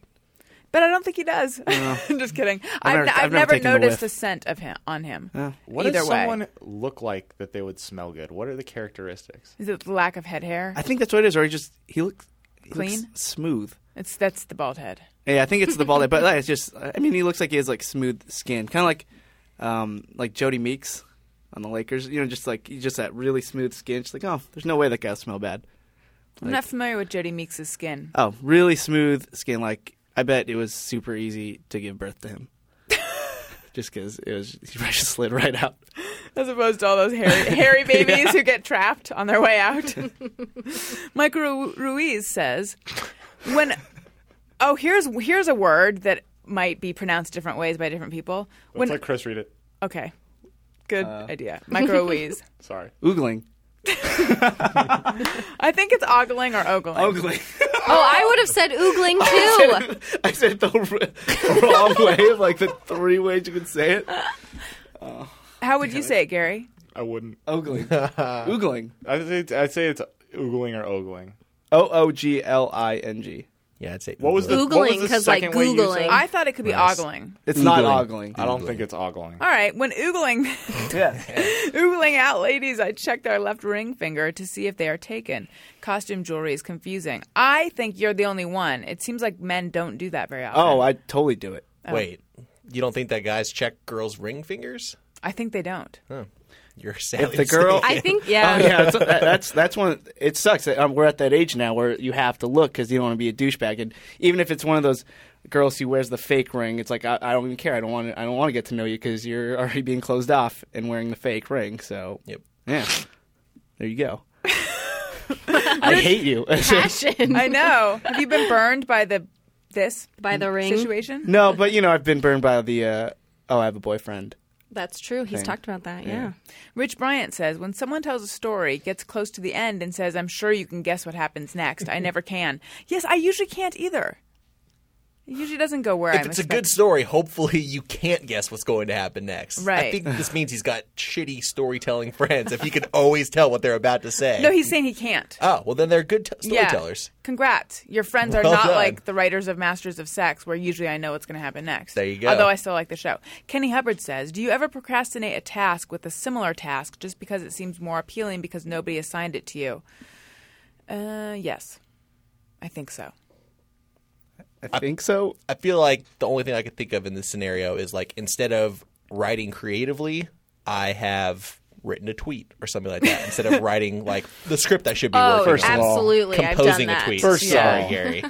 [SPEAKER 2] but I don't think he does. I'm just kidding. I've, n-
[SPEAKER 5] never- I've
[SPEAKER 2] I've
[SPEAKER 5] never
[SPEAKER 2] never,
[SPEAKER 5] taken a
[SPEAKER 2] noticed
[SPEAKER 5] whiff. Uh,
[SPEAKER 2] the scent of him on him.
[SPEAKER 6] What
[SPEAKER 2] Either
[SPEAKER 6] does
[SPEAKER 2] way,
[SPEAKER 6] someone look like that they would smell good? What are the characteristics?
[SPEAKER 2] is it the lack of head hair?
[SPEAKER 5] I think that's what it is. Or he just he looks he
[SPEAKER 2] Clean?
[SPEAKER 5] looks smooth.
[SPEAKER 2] It's that's the bald head.
[SPEAKER 5] Yeah, I think it's the bald head, but like, it's just I mean he looks like he has like smooth skin, kind of like um like Jody Meeks on the Lakers. You know, just like he's just that really smooth skin. Just like oh, there's no way that guy smell bad.
[SPEAKER 2] I'm not familiar with Jody Meeks' skin.
[SPEAKER 5] Oh, really smooth skin. Like I bet it was super easy to give birth to him. just because it was he just slid right out.
[SPEAKER 2] as opposed to all those hairy, hairy babies who get trapped on their way out. Mike Ru- Ruiz says, "When oh, here's here's a word that might be pronounced different ways by different people. When
[SPEAKER 6] Let's let Chris read it.
[SPEAKER 2] okay, good idea, Mike Ruiz.
[SPEAKER 6] Sorry.
[SPEAKER 5] Oogling.
[SPEAKER 2] I think it's ogling or ogling.
[SPEAKER 5] Oogling.
[SPEAKER 4] Oh, I would have said oogling too.
[SPEAKER 5] I said it the r- wrong way of like the three ways you could say it.
[SPEAKER 2] How would you say it, Gary?
[SPEAKER 6] I wouldn't.
[SPEAKER 5] Oogling. Oogling.
[SPEAKER 6] I'd say it's, I'd say it's oogling or ogling.
[SPEAKER 5] O O G L I N G.
[SPEAKER 3] Yeah, I'd say.
[SPEAKER 6] What was the
[SPEAKER 3] Oogling.
[SPEAKER 6] what was
[SPEAKER 4] Oogling,
[SPEAKER 6] the
[SPEAKER 4] 'cause, like,
[SPEAKER 6] second way you said?
[SPEAKER 4] Googling.
[SPEAKER 2] I thought it could be ogling.
[SPEAKER 5] It's not
[SPEAKER 3] Oogling.
[SPEAKER 5] ogling.
[SPEAKER 6] I don't think it's ogling.
[SPEAKER 2] All right, when oogling,
[SPEAKER 5] Yeah.
[SPEAKER 2] oogling out ladies, I check their left ring finger to see if they are taken. Costume jewelry is confusing. I think you're the only one. It seems like men don't do that very often.
[SPEAKER 5] Oh, I totally do it.
[SPEAKER 3] Wait, you don't think that guys check girls' ring fingers?
[SPEAKER 2] I think they don't.
[SPEAKER 3] You're sadly
[SPEAKER 5] the girl-
[SPEAKER 4] I think yeah.
[SPEAKER 5] Oh, yeah, it's, that, that's that's one. It sucks. that, Um, we're at that age now where you have to look because you don't want to be a douchebag. And even if it's one of those girls who wears the fake ring, it's like I, I don't even care. I don't want to. I don't want to get to know you because you're already being closed off and wearing the fake ring. So
[SPEAKER 3] Yep.
[SPEAKER 5] yeah, there you go. I hate you.
[SPEAKER 4] Passion
[SPEAKER 2] I know. Have you been burned by the this
[SPEAKER 4] by the ring.
[SPEAKER 2] situation?
[SPEAKER 5] no, but you know I've been burned by the. Uh, oh, I have a boyfriend.
[SPEAKER 4] That's true. He's
[SPEAKER 5] Thing.
[SPEAKER 4] talked about that. Yeah.
[SPEAKER 2] Rich Bryant says when someone tells a story, gets close to the end, and says, "I'm sure you can guess what happens next." I never can. Yes, I usually can't either. It usually doesn't go where
[SPEAKER 3] If
[SPEAKER 2] I'm.
[SPEAKER 3] it's a good story, hopefully you can't guess what's going to happen next. I
[SPEAKER 2] Right.
[SPEAKER 3] think this means he's got shitty storytelling friends. If he can always tell what they're about to say.
[SPEAKER 2] No, he's saying he can't.
[SPEAKER 3] Oh well, then they're good t-
[SPEAKER 2] Yeah.
[SPEAKER 3] storytellers.
[SPEAKER 2] Congrats. Your friends are
[SPEAKER 3] Well
[SPEAKER 2] not
[SPEAKER 3] done.
[SPEAKER 2] like the writers of Masters of Sex, where usually I know what's going to happen next.
[SPEAKER 3] There you go.
[SPEAKER 2] Although I still like the show. Kenny Hubbard says Do you ever procrastinate a task with a similar task just because it seems more appealing because nobody assigned it to you? Uh, yes. I think so.
[SPEAKER 5] I think so.
[SPEAKER 3] I feel like the only thing I could think of in this scenario is like instead of writing creatively, I have written a tweet or something like that instead of writing like the script I should be
[SPEAKER 4] Oh,
[SPEAKER 3] working on.
[SPEAKER 4] absolutely. I've done
[SPEAKER 3] Composing
[SPEAKER 4] that.
[SPEAKER 3] a tweet.
[SPEAKER 6] First of
[SPEAKER 3] Sorry,
[SPEAKER 6] all-
[SPEAKER 3] Gary.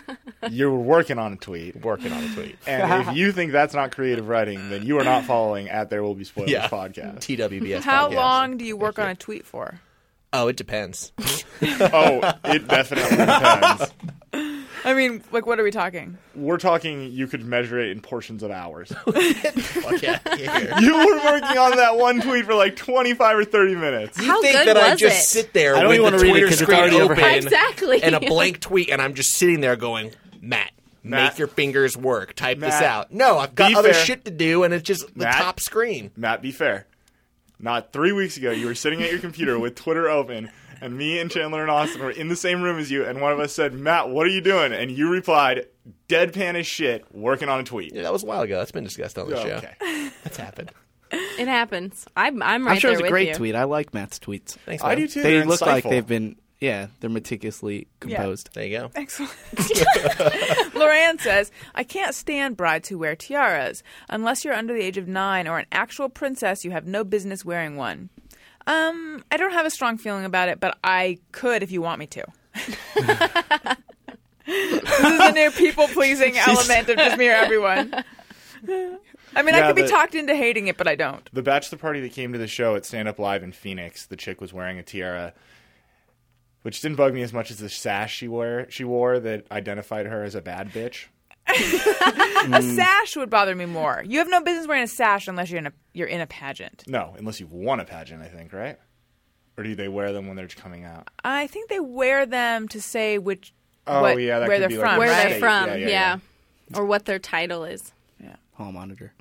[SPEAKER 6] You're working on a tweet.
[SPEAKER 3] Working on a tweet.
[SPEAKER 6] And if you think that's not creative writing, then you are not following at There Will Be Spoilers
[SPEAKER 3] Yeah.
[SPEAKER 6] podcast.
[SPEAKER 3] TWBS.
[SPEAKER 2] How
[SPEAKER 3] podcast.
[SPEAKER 2] long do you work on a tweet for?
[SPEAKER 3] Oh, it depends.
[SPEAKER 6] Oh, it definitely depends.
[SPEAKER 2] I mean, like, what are we talking?
[SPEAKER 6] We're talking, you could measure it in portions of hours.
[SPEAKER 3] Fuck yeah. Here.
[SPEAKER 6] You were working on that one tweet for like 25 or 30 minutes.
[SPEAKER 4] How
[SPEAKER 3] you think
[SPEAKER 4] good
[SPEAKER 3] that I
[SPEAKER 4] was
[SPEAKER 3] just
[SPEAKER 4] it?
[SPEAKER 3] sit there
[SPEAKER 5] I don't
[SPEAKER 3] with
[SPEAKER 5] even
[SPEAKER 3] the
[SPEAKER 5] wanna read it
[SPEAKER 3] Twitter
[SPEAKER 5] 'cause it's
[SPEAKER 3] screen
[SPEAKER 5] already over-
[SPEAKER 3] open
[SPEAKER 4] Exactly.
[SPEAKER 3] and a blank tweet, and I'm just sitting there going, Matt.
[SPEAKER 6] Matt.
[SPEAKER 3] Make your fingers work. Type this
[SPEAKER 6] Matt.
[SPEAKER 3] out. No, I've got
[SPEAKER 6] Be
[SPEAKER 3] other
[SPEAKER 6] fair.
[SPEAKER 3] shit to do, and it's just the
[SPEAKER 6] Matt.
[SPEAKER 3] top screen.
[SPEAKER 6] Matt, be fair. Not three weeks ago, you were sitting at your computer with Twitter open, and me and Chandler and Austin were in the same room as you, and one of us said, Matt, what are you doing? And you replied, deadpan as shit, working on a tweet.
[SPEAKER 3] Yeah, that was a while ago. That's been discussed on the show.
[SPEAKER 6] Okay.
[SPEAKER 3] That's happened.
[SPEAKER 4] It happens. I'm I'm right
[SPEAKER 5] I'm sure
[SPEAKER 4] there
[SPEAKER 5] it's a
[SPEAKER 4] with
[SPEAKER 5] great
[SPEAKER 4] you.
[SPEAKER 5] tweet. I like Matt's tweets.
[SPEAKER 3] Thanks,
[SPEAKER 6] I
[SPEAKER 3] man.
[SPEAKER 6] do too.
[SPEAKER 5] They
[SPEAKER 6] They're
[SPEAKER 5] look like
[SPEAKER 6] insightful.
[SPEAKER 5] they've been yeah, they're meticulously composed.
[SPEAKER 3] There you go.
[SPEAKER 2] Excellent. Lorraine says, I can't stand brides who wear tiaras. Unless you're under the age of nine or an actual princess, you have no business wearing one. Um, I don't have a strong feeling about it, but I could if you want me to. this is a new people pleasing element of just mere everyone. I mean, I
[SPEAKER 6] Yeah,
[SPEAKER 2] could be
[SPEAKER 6] but-
[SPEAKER 2] talked into hating it, but I don't.
[SPEAKER 6] The bachelor party that came to the show at Stand Up Live in Phoenix, the chick was wearing a tiara, which didn't bug me as much as the sash she wore. She wore that identified her as a bad bitch.
[SPEAKER 2] A
[SPEAKER 6] Mm.
[SPEAKER 2] sash would bother me more. You have no business wearing a sash unless you're in a you're in a pageant.
[SPEAKER 6] No, unless you've won a pageant, I think, right? Or do they wear them when they're coming out?
[SPEAKER 2] I think they wear them to say which.
[SPEAKER 6] Oh,
[SPEAKER 2] what-
[SPEAKER 6] yeah, that
[SPEAKER 2] where
[SPEAKER 6] could
[SPEAKER 2] they're
[SPEAKER 6] be like
[SPEAKER 2] from,
[SPEAKER 6] the
[SPEAKER 4] Where
[SPEAKER 2] right?
[SPEAKER 4] they're
[SPEAKER 6] State.
[SPEAKER 4] from,
[SPEAKER 6] Yeah,
[SPEAKER 4] yeah,
[SPEAKER 6] yeah, yeah.
[SPEAKER 4] or what their title is.
[SPEAKER 5] Hall monitor.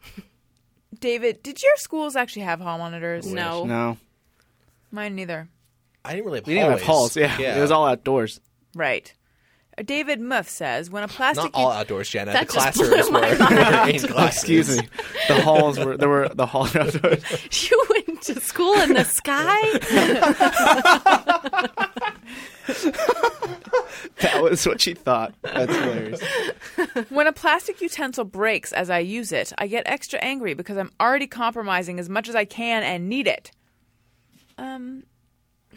[SPEAKER 2] David, did your schools actually have hall monitors?
[SPEAKER 4] No,
[SPEAKER 5] No,
[SPEAKER 2] mine neither.
[SPEAKER 3] I didn't really have
[SPEAKER 5] we didn't have halls. Yeah. it was all outdoors.
[SPEAKER 2] Right. Uh, David Muff says when a plastic.
[SPEAKER 3] Not all outdoors, Jenna.
[SPEAKER 4] That
[SPEAKER 3] the
[SPEAKER 4] just
[SPEAKER 3] classrooms
[SPEAKER 4] blew my
[SPEAKER 3] were
[SPEAKER 4] mind.
[SPEAKER 3] in classes.
[SPEAKER 5] Excuse me. The halls were there were the hall outdoors.
[SPEAKER 4] you went to school in the sky.
[SPEAKER 5] That was what she thought. That's hilarious.
[SPEAKER 2] When a plastic utensil breaks as I use it, I get extra angry because I'm already compromising as much as I can and need it.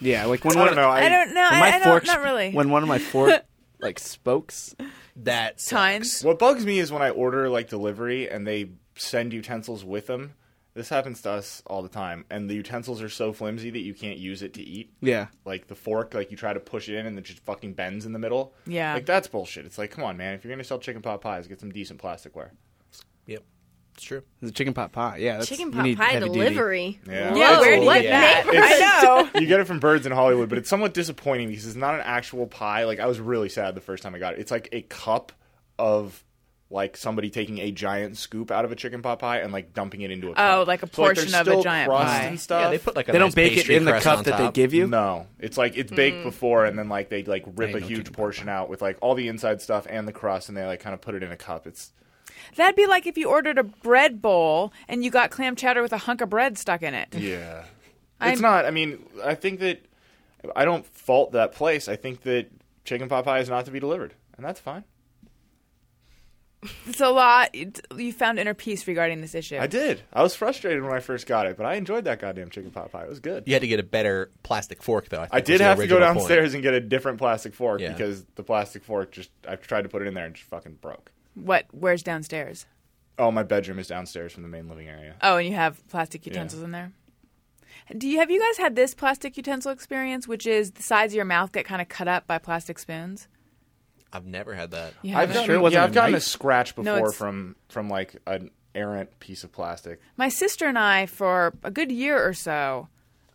[SPEAKER 5] Yeah, like when
[SPEAKER 6] I
[SPEAKER 5] one
[SPEAKER 6] don't know. I,
[SPEAKER 2] I, don't know.
[SPEAKER 5] when
[SPEAKER 2] I,
[SPEAKER 5] my
[SPEAKER 2] I don't.
[SPEAKER 5] forks
[SPEAKER 2] Not really.
[SPEAKER 5] when one of my fork like spokes.
[SPEAKER 3] That sucks.
[SPEAKER 2] Times.
[SPEAKER 6] What bugs me is when I order like delivery and they send utensils with them. This happens to us all the time, and the utensils are so flimsy that you can't use it to eat.
[SPEAKER 5] Yeah.
[SPEAKER 6] like the fork, like you try to push it in and it just fucking bends in the middle.
[SPEAKER 2] Yeah.
[SPEAKER 6] Like that's bullshit. It's like, come on, man. If you're gonna sell chicken pot pies, get some decent plasticware.
[SPEAKER 3] Yep, it's true.
[SPEAKER 5] The chicken pot pie. Yeah, that's,
[SPEAKER 4] Chicken
[SPEAKER 5] you
[SPEAKER 4] pot
[SPEAKER 5] need
[SPEAKER 4] pie
[SPEAKER 5] heavy duty.
[SPEAKER 4] delivery.
[SPEAKER 6] Yeah.
[SPEAKER 2] Yeah,
[SPEAKER 4] Whoa,
[SPEAKER 2] where do you
[SPEAKER 4] what
[SPEAKER 2] get that?
[SPEAKER 4] neighborhood?
[SPEAKER 2] I know.
[SPEAKER 6] you get it from Birds in Hollywood, but it's somewhat disappointing because it's not an actual pie. Like I was really sad the first time I got it. It's like a cup of like somebody taking a giant scoop out of a chicken pot pie and like dumping it into a cup.
[SPEAKER 2] Oh, like a
[SPEAKER 6] So, there's
[SPEAKER 2] portion of a
[SPEAKER 6] still
[SPEAKER 2] giant
[SPEAKER 6] crust
[SPEAKER 2] pie.
[SPEAKER 6] and stuff.
[SPEAKER 3] Yeah, they put like a
[SPEAKER 5] Uh, They
[SPEAKER 3] nice
[SPEAKER 5] don't bake it
[SPEAKER 3] pastry
[SPEAKER 5] in the
[SPEAKER 3] crust
[SPEAKER 5] cup
[SPEAKER 3] on
[SPEAKER 5] that they
[SPEAKER 3] top.
[SPEAKER 5] give you.
[SPEAKER 6] No, it's like it's baked
[SPEAKER 2] Mm.
[SPEAKER 6] before, and then like they like rip
[SPEAKER 5] ain't
[SPEAKER 6] a
[SPEAKER 5] no
[SPEAKER 6] huge
[SPEAKER 5] chicken pot
[SPEAKER 6] portion out with like all the inside stuff and the crust, and they like kind of put it in a cup. It's
[SPEAKER 2] That'd be like if you ordered a bread bowl and you got clam chowder with a hunk of bread stuck in it.
[SPEAKER 6] Yeah.
[SPEAKER 2] I'm-
[SPEAKER 6] it's not. I mean, I think that I don't fault that place. I think that chicken pot pie is not to be delivered, and that's fine.
[SPEAKER 2] It's a lot. It's- You found inner peace regarding this issue.
[SPEAKER 6] I did. I was frustrated when I first got it, but I enjoyed that goddamn chicken pot pie. It was good.
[SPEAKER 3] You had to get a better plastic fork, though. I, think
[SPEAKER 6] I
[SPEAKER 3] was
[SPEAKER 6] did
[SPEAKER 3] the
[SPEAKER 6] have to go
[SPEAKER 3] original point.
[SPEAKER 6] downstairs and get a different plastic fork
[SPEAKER 3] Yeah.
[SPEAKER 6] because the plastic fork just I tried to put it in there and just fucking broke.
[SPEAKER 2] What? Where's downstairs?
[SPEAKER 6] Oh, my bedroom is downstairs from the main living area.
[SPEAKER 2] Oh, and you have plastic utensils in there. Do you have you guys had this plastic utensil experience, which is the sides of your mouth get kind of cut up by plastic spoons?
[SPEAKER 3] I've never had that.
[SPEAKER 2] You
[SPEAKER 6] I've
[SPEAKER 2] haven't?
[SPEAKER 6] gotten,
[SPEAKER 5] sure it wasn't a
[SPEAKER 6] yeah, I've gotten a
[SPEAKER 5] knife?
[SPEAKER 6] scratch
[SPEAKER 2] No,
[SPEAKER 6] before
[SPEAKER 2] it's-
[SPEAKER 6] from from like an errant piece of plastic.
[SPEAKER 2] My sister and I, for a good year or so,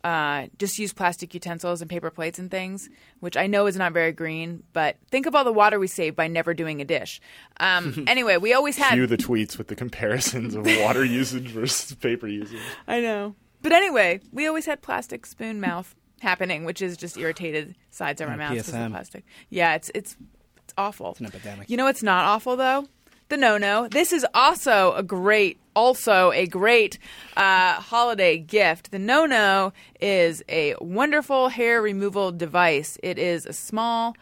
[SPEAKER 2] uh, just used plastic utensils and paper plates and things, which I know is not very green. But think of all the water we save by never doing a dish. Um, anyway, we always had
[SPEAKER 6] Cue the tweets with the comparisons of water usage versus paper usage.
[SPEAKER 2] I know. But anyway, we always had plastic spoon mouth happening, which is just irritated sides of our mouths because of
[SPEAKER 5] PSM.
[SPEAKER 2] plastic. Yeah, it's it's it's awful. It's
[SPEAKER 5] an epidemic.
[SPEAKER 2] You know what's not awful though? The no no. This is also a great also a great uh, holiday gift. The no no is a wonderful hair removal device. It is a small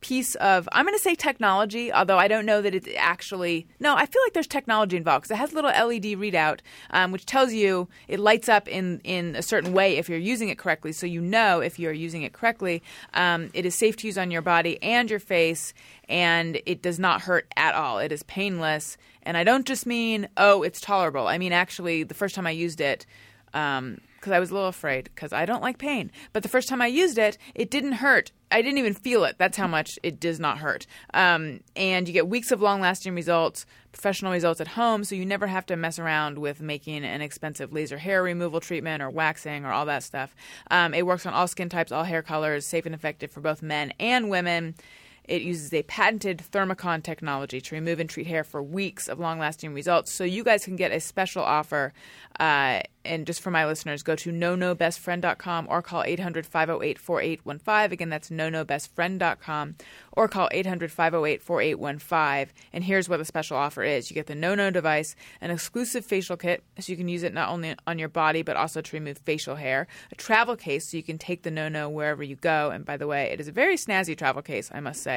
[SPEAKER 2] piece of I'm going to say technology, although I don't know that it's actually. No, I feel like there's technology involved because it has a little LED readout, um, which tells you it lights up in in a certain way if you're using it correctly, so you know if you're using it correctly. Um, it is safe to use on your body and your face, and it does not hurt at all. It is painless, and I don't just mean oh it's tolerable. I mean actually the first time I used it because I was a little afraid because I don't like pain. But the first time I used it, it didn't hurt. I didn't even feel it. That's how much it does not hurt. Um, and you get weeks of long lasting results, professional results at home, so you never have to mess around with making an expensive laser hair removal treatment or waxing or all that stuff. Um, it works on all skin types, all hair colors, safe and effective for both men and women. It uses a patented Thermicon technology to remove and treat hair for weeks of long lasting results. So you guys can get a special offer. Uh, and just for my listeners, go to no no nonobestfriend.com or call 800 508 4815. Again, that's no no nonobestfriend.com or call 800 508 4815. And here's what the special offer is you get the No No device, an exclusive facial kit, so you can use it not only on your body, but also to remove facial hair, a travel case, so you can take the No No wherever you go. And by the way, it is a very snazzy travel case, I must say.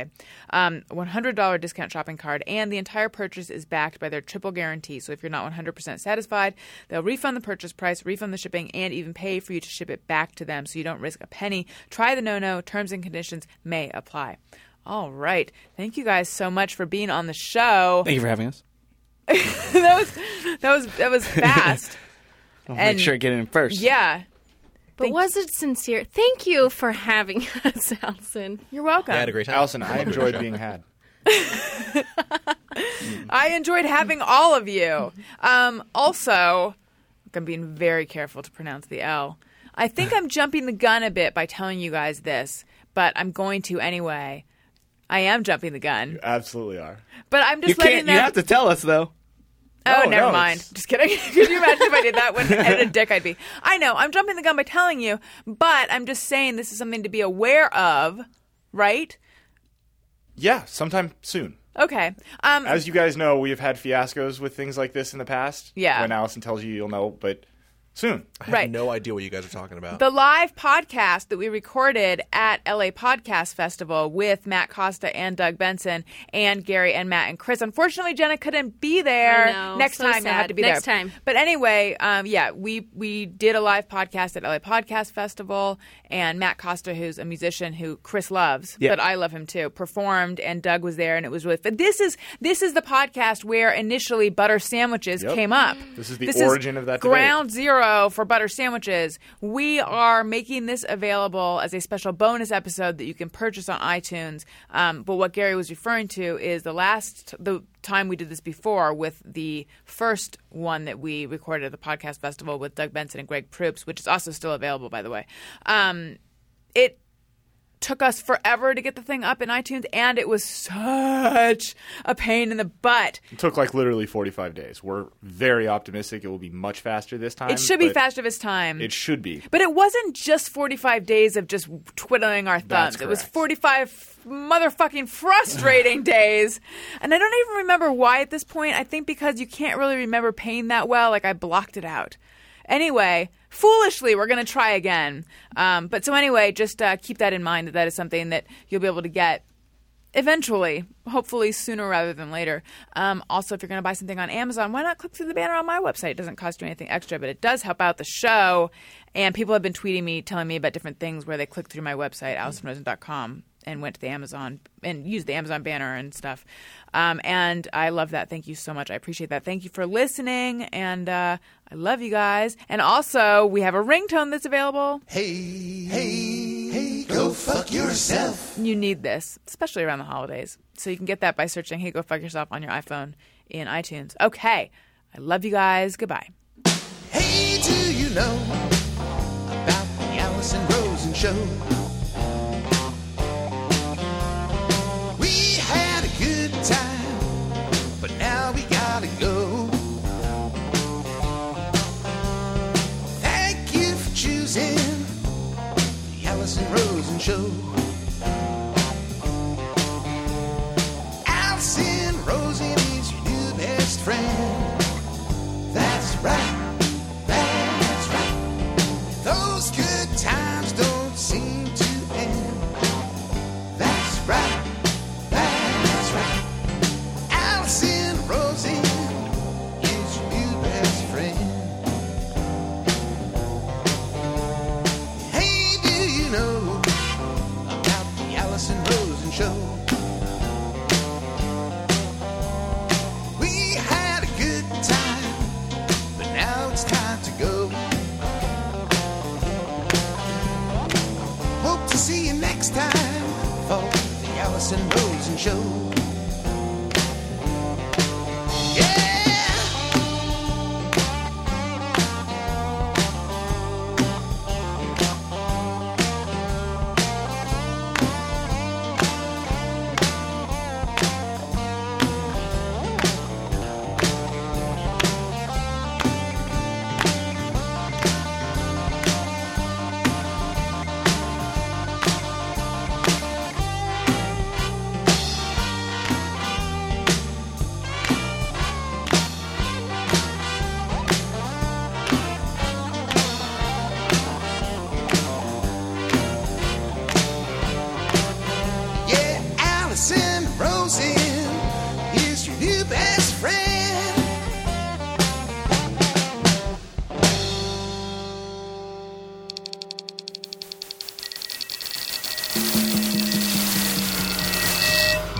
[SPEAKER 2] Um, $100 discount shopping card, and the entire purchase is backed by their triple guarantee. So if you're not 100% satisfied, they'll refund the purchase price, refund the shipping, and even pay for you to ship it back to them so you don't risk a penny. Try the no no. Terms and conditions may apply. All right. Thank you guys so much for being on the show.
[SPEAKER 5] Thank you for having us.
[SPEAKER 2] that was that was that was fast.
[SPEAKER 5] I'll
[SPEAKER 2] And-
[SPEAKER 5] make sure I get in first.
[SPEAKER 2] yeah.
[SPEAKER 4] But was it sincere? Thank you for having us, Allison.
[SPEAKER 2] You're welcome.
[SPEAKER 3] I had a great time.
[SPEAKER 6] Allison, I enjoyed being had.
[SPEAKER 2] I enjoyed having all of you. Um, also, look, I'm being very careful to pronounce the L. I think I'm jumping the gun a bit by telling you guys this, but I'm going to anyway. I am jumping the gun,
[SPEAKER 6] Absolutely are.
[SPEAKER 2] but I'm
[SPEAKER 5] You
[SPEAKER 2] just letting
[SPEAKER 5] can't.
[SPEAKER 2] them.
[SPEAKER 5] You have to tell us though.
[SPEAKER 2] Oh,
[SPEAKER 6] Oh,
[SPEAKER 2] never
[SPEAKER 6] no,
[SPEAKER 2] mind.
[SPEAKER 6] it's-
[SPEAKER 2] Just kidding. Could you imagine if I did that when and a dick I'd be? I know. I'm jumping the gun by telling you, but I'm just saying this is something to be aware of, right?
[SPEAKER 6] Yeah, sometime soon.
[SPEAKER 2] Okay. Um,
[SPEAKER 6] As you guys know, we have had fiascos with things like this in the past.
[SPEAKER 2] Yeah.
[SPEAKER 6] When Allison tells you, you'll know, but soon.
[SPEAKER 3] I
[SPEAKER 2] right.
[SPEAKER 3] have no idea what you guys are talking about.
[SPEAKER 2] The live podcast that we recorded at LA Podcast Festival with Matt Costa and Doug Benson and Gary and Matt and Chris. Unfortunately, Jenna couldn't be there.
[SPEAKER 4] I know.
[SPEAKER 2] Next
[SPEAKER 4] So
[SPEAKER 2] time, you'll have
[SPEAKER 4] sad.
[SPEAKER 2] to be
[SPEAKER 4] Next
[SPEAKER 2] there.
[SPEAKER 4] time.
[SPEAKER 2] But anyway, um, yeah, we we did a live podcast at LA Podcast Festival, and Matt Costa, who's a musician who Chris loves,
[SPEAKER 5] Yeah.
[SPEAKER 2] but I love him too, performed, and Doug was there, and it was really. But this is this is the podcast where initially butter sandwiches
[SPEAKER 6] Yep.
[SPEAKER 2] came up.
[SPEAKER 6] This is the origin of that debate.
[SPEAKER 2] ground zero for butter sandwiches. We are making this available as a special bonus episode that you can purchase on iTunes. Um, but what Gary was referring to is the last the time we did this before with the first one that we recorded at the podcast festival with Doug Benson and Greg Proops, which is also still available by the way. Um, it took us forever to get the thing up in iTunes and it was such a pain in the butt.
[SPEAKER 6] It took like literally 45 days. We're very optimistic it will be much faster this time.
[SPEAKER 2] It should be
[SPEAKER 6] but
[SPEAKER 2] faster this time.
[SPEAKER 6] It should be.
[SPEAKER 2] But it wasn't just 45 days of just twiddling our thumbs.
[SPEAKER 6] That's
[SPEAKER 2] It was
[SPEAKER 6] correct.
[SPEAKER 2] 45 f- motherfucking frustrating days. And I don't even remember why at this point. I think because you can't really remember pain that well. Like I blocked it out. Anyway, foolishly, we're going to try again. Um, but so anyway, just uh, keep that in mind that that is something that you'll be able to get eventually, hopefully sooner rather than later. Um, also, if you're going to buy something on Amazon, why not click through the banner on my website? It doesn't cost you anything extra, but it does help out the show. And people have been tweeting me, telling me about different things where they clicked through my website, AllisonRosen.com, and went to the Amazon and used the Amazon banner and stuff. Um, and I love that. Thank you so much. I appreciate that. Thank you for listening. And uh, I love you guys. And also, we have a ringtone that's available.
[SPEAKER 1] Go fuck yourself.
[SPEAKER 2] you need this, especially around the holidays. So you can get that by searching Hey Go Fuck Yourself on your iPhone in iTunes. Okay. I love you guys. Goodbye.
[SPEAKER 1] Hey, do you know about the Allison Rosen show? We had a good time, but now we gotta go. Thank you for choosing the Allison Rosen show. Allison Rosen is your new best friend. That's right. That's right. Those good times don't seem to end. That's right. That's right. Allison Rosie is your new best friend. Hey, do you know about the Allison Rosen show? We had a good time but now it's time to go. Hope to see you next time for the Allison Rosen Show. Yeah!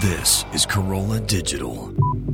[SPEAKER 7] This is Corolla Digital.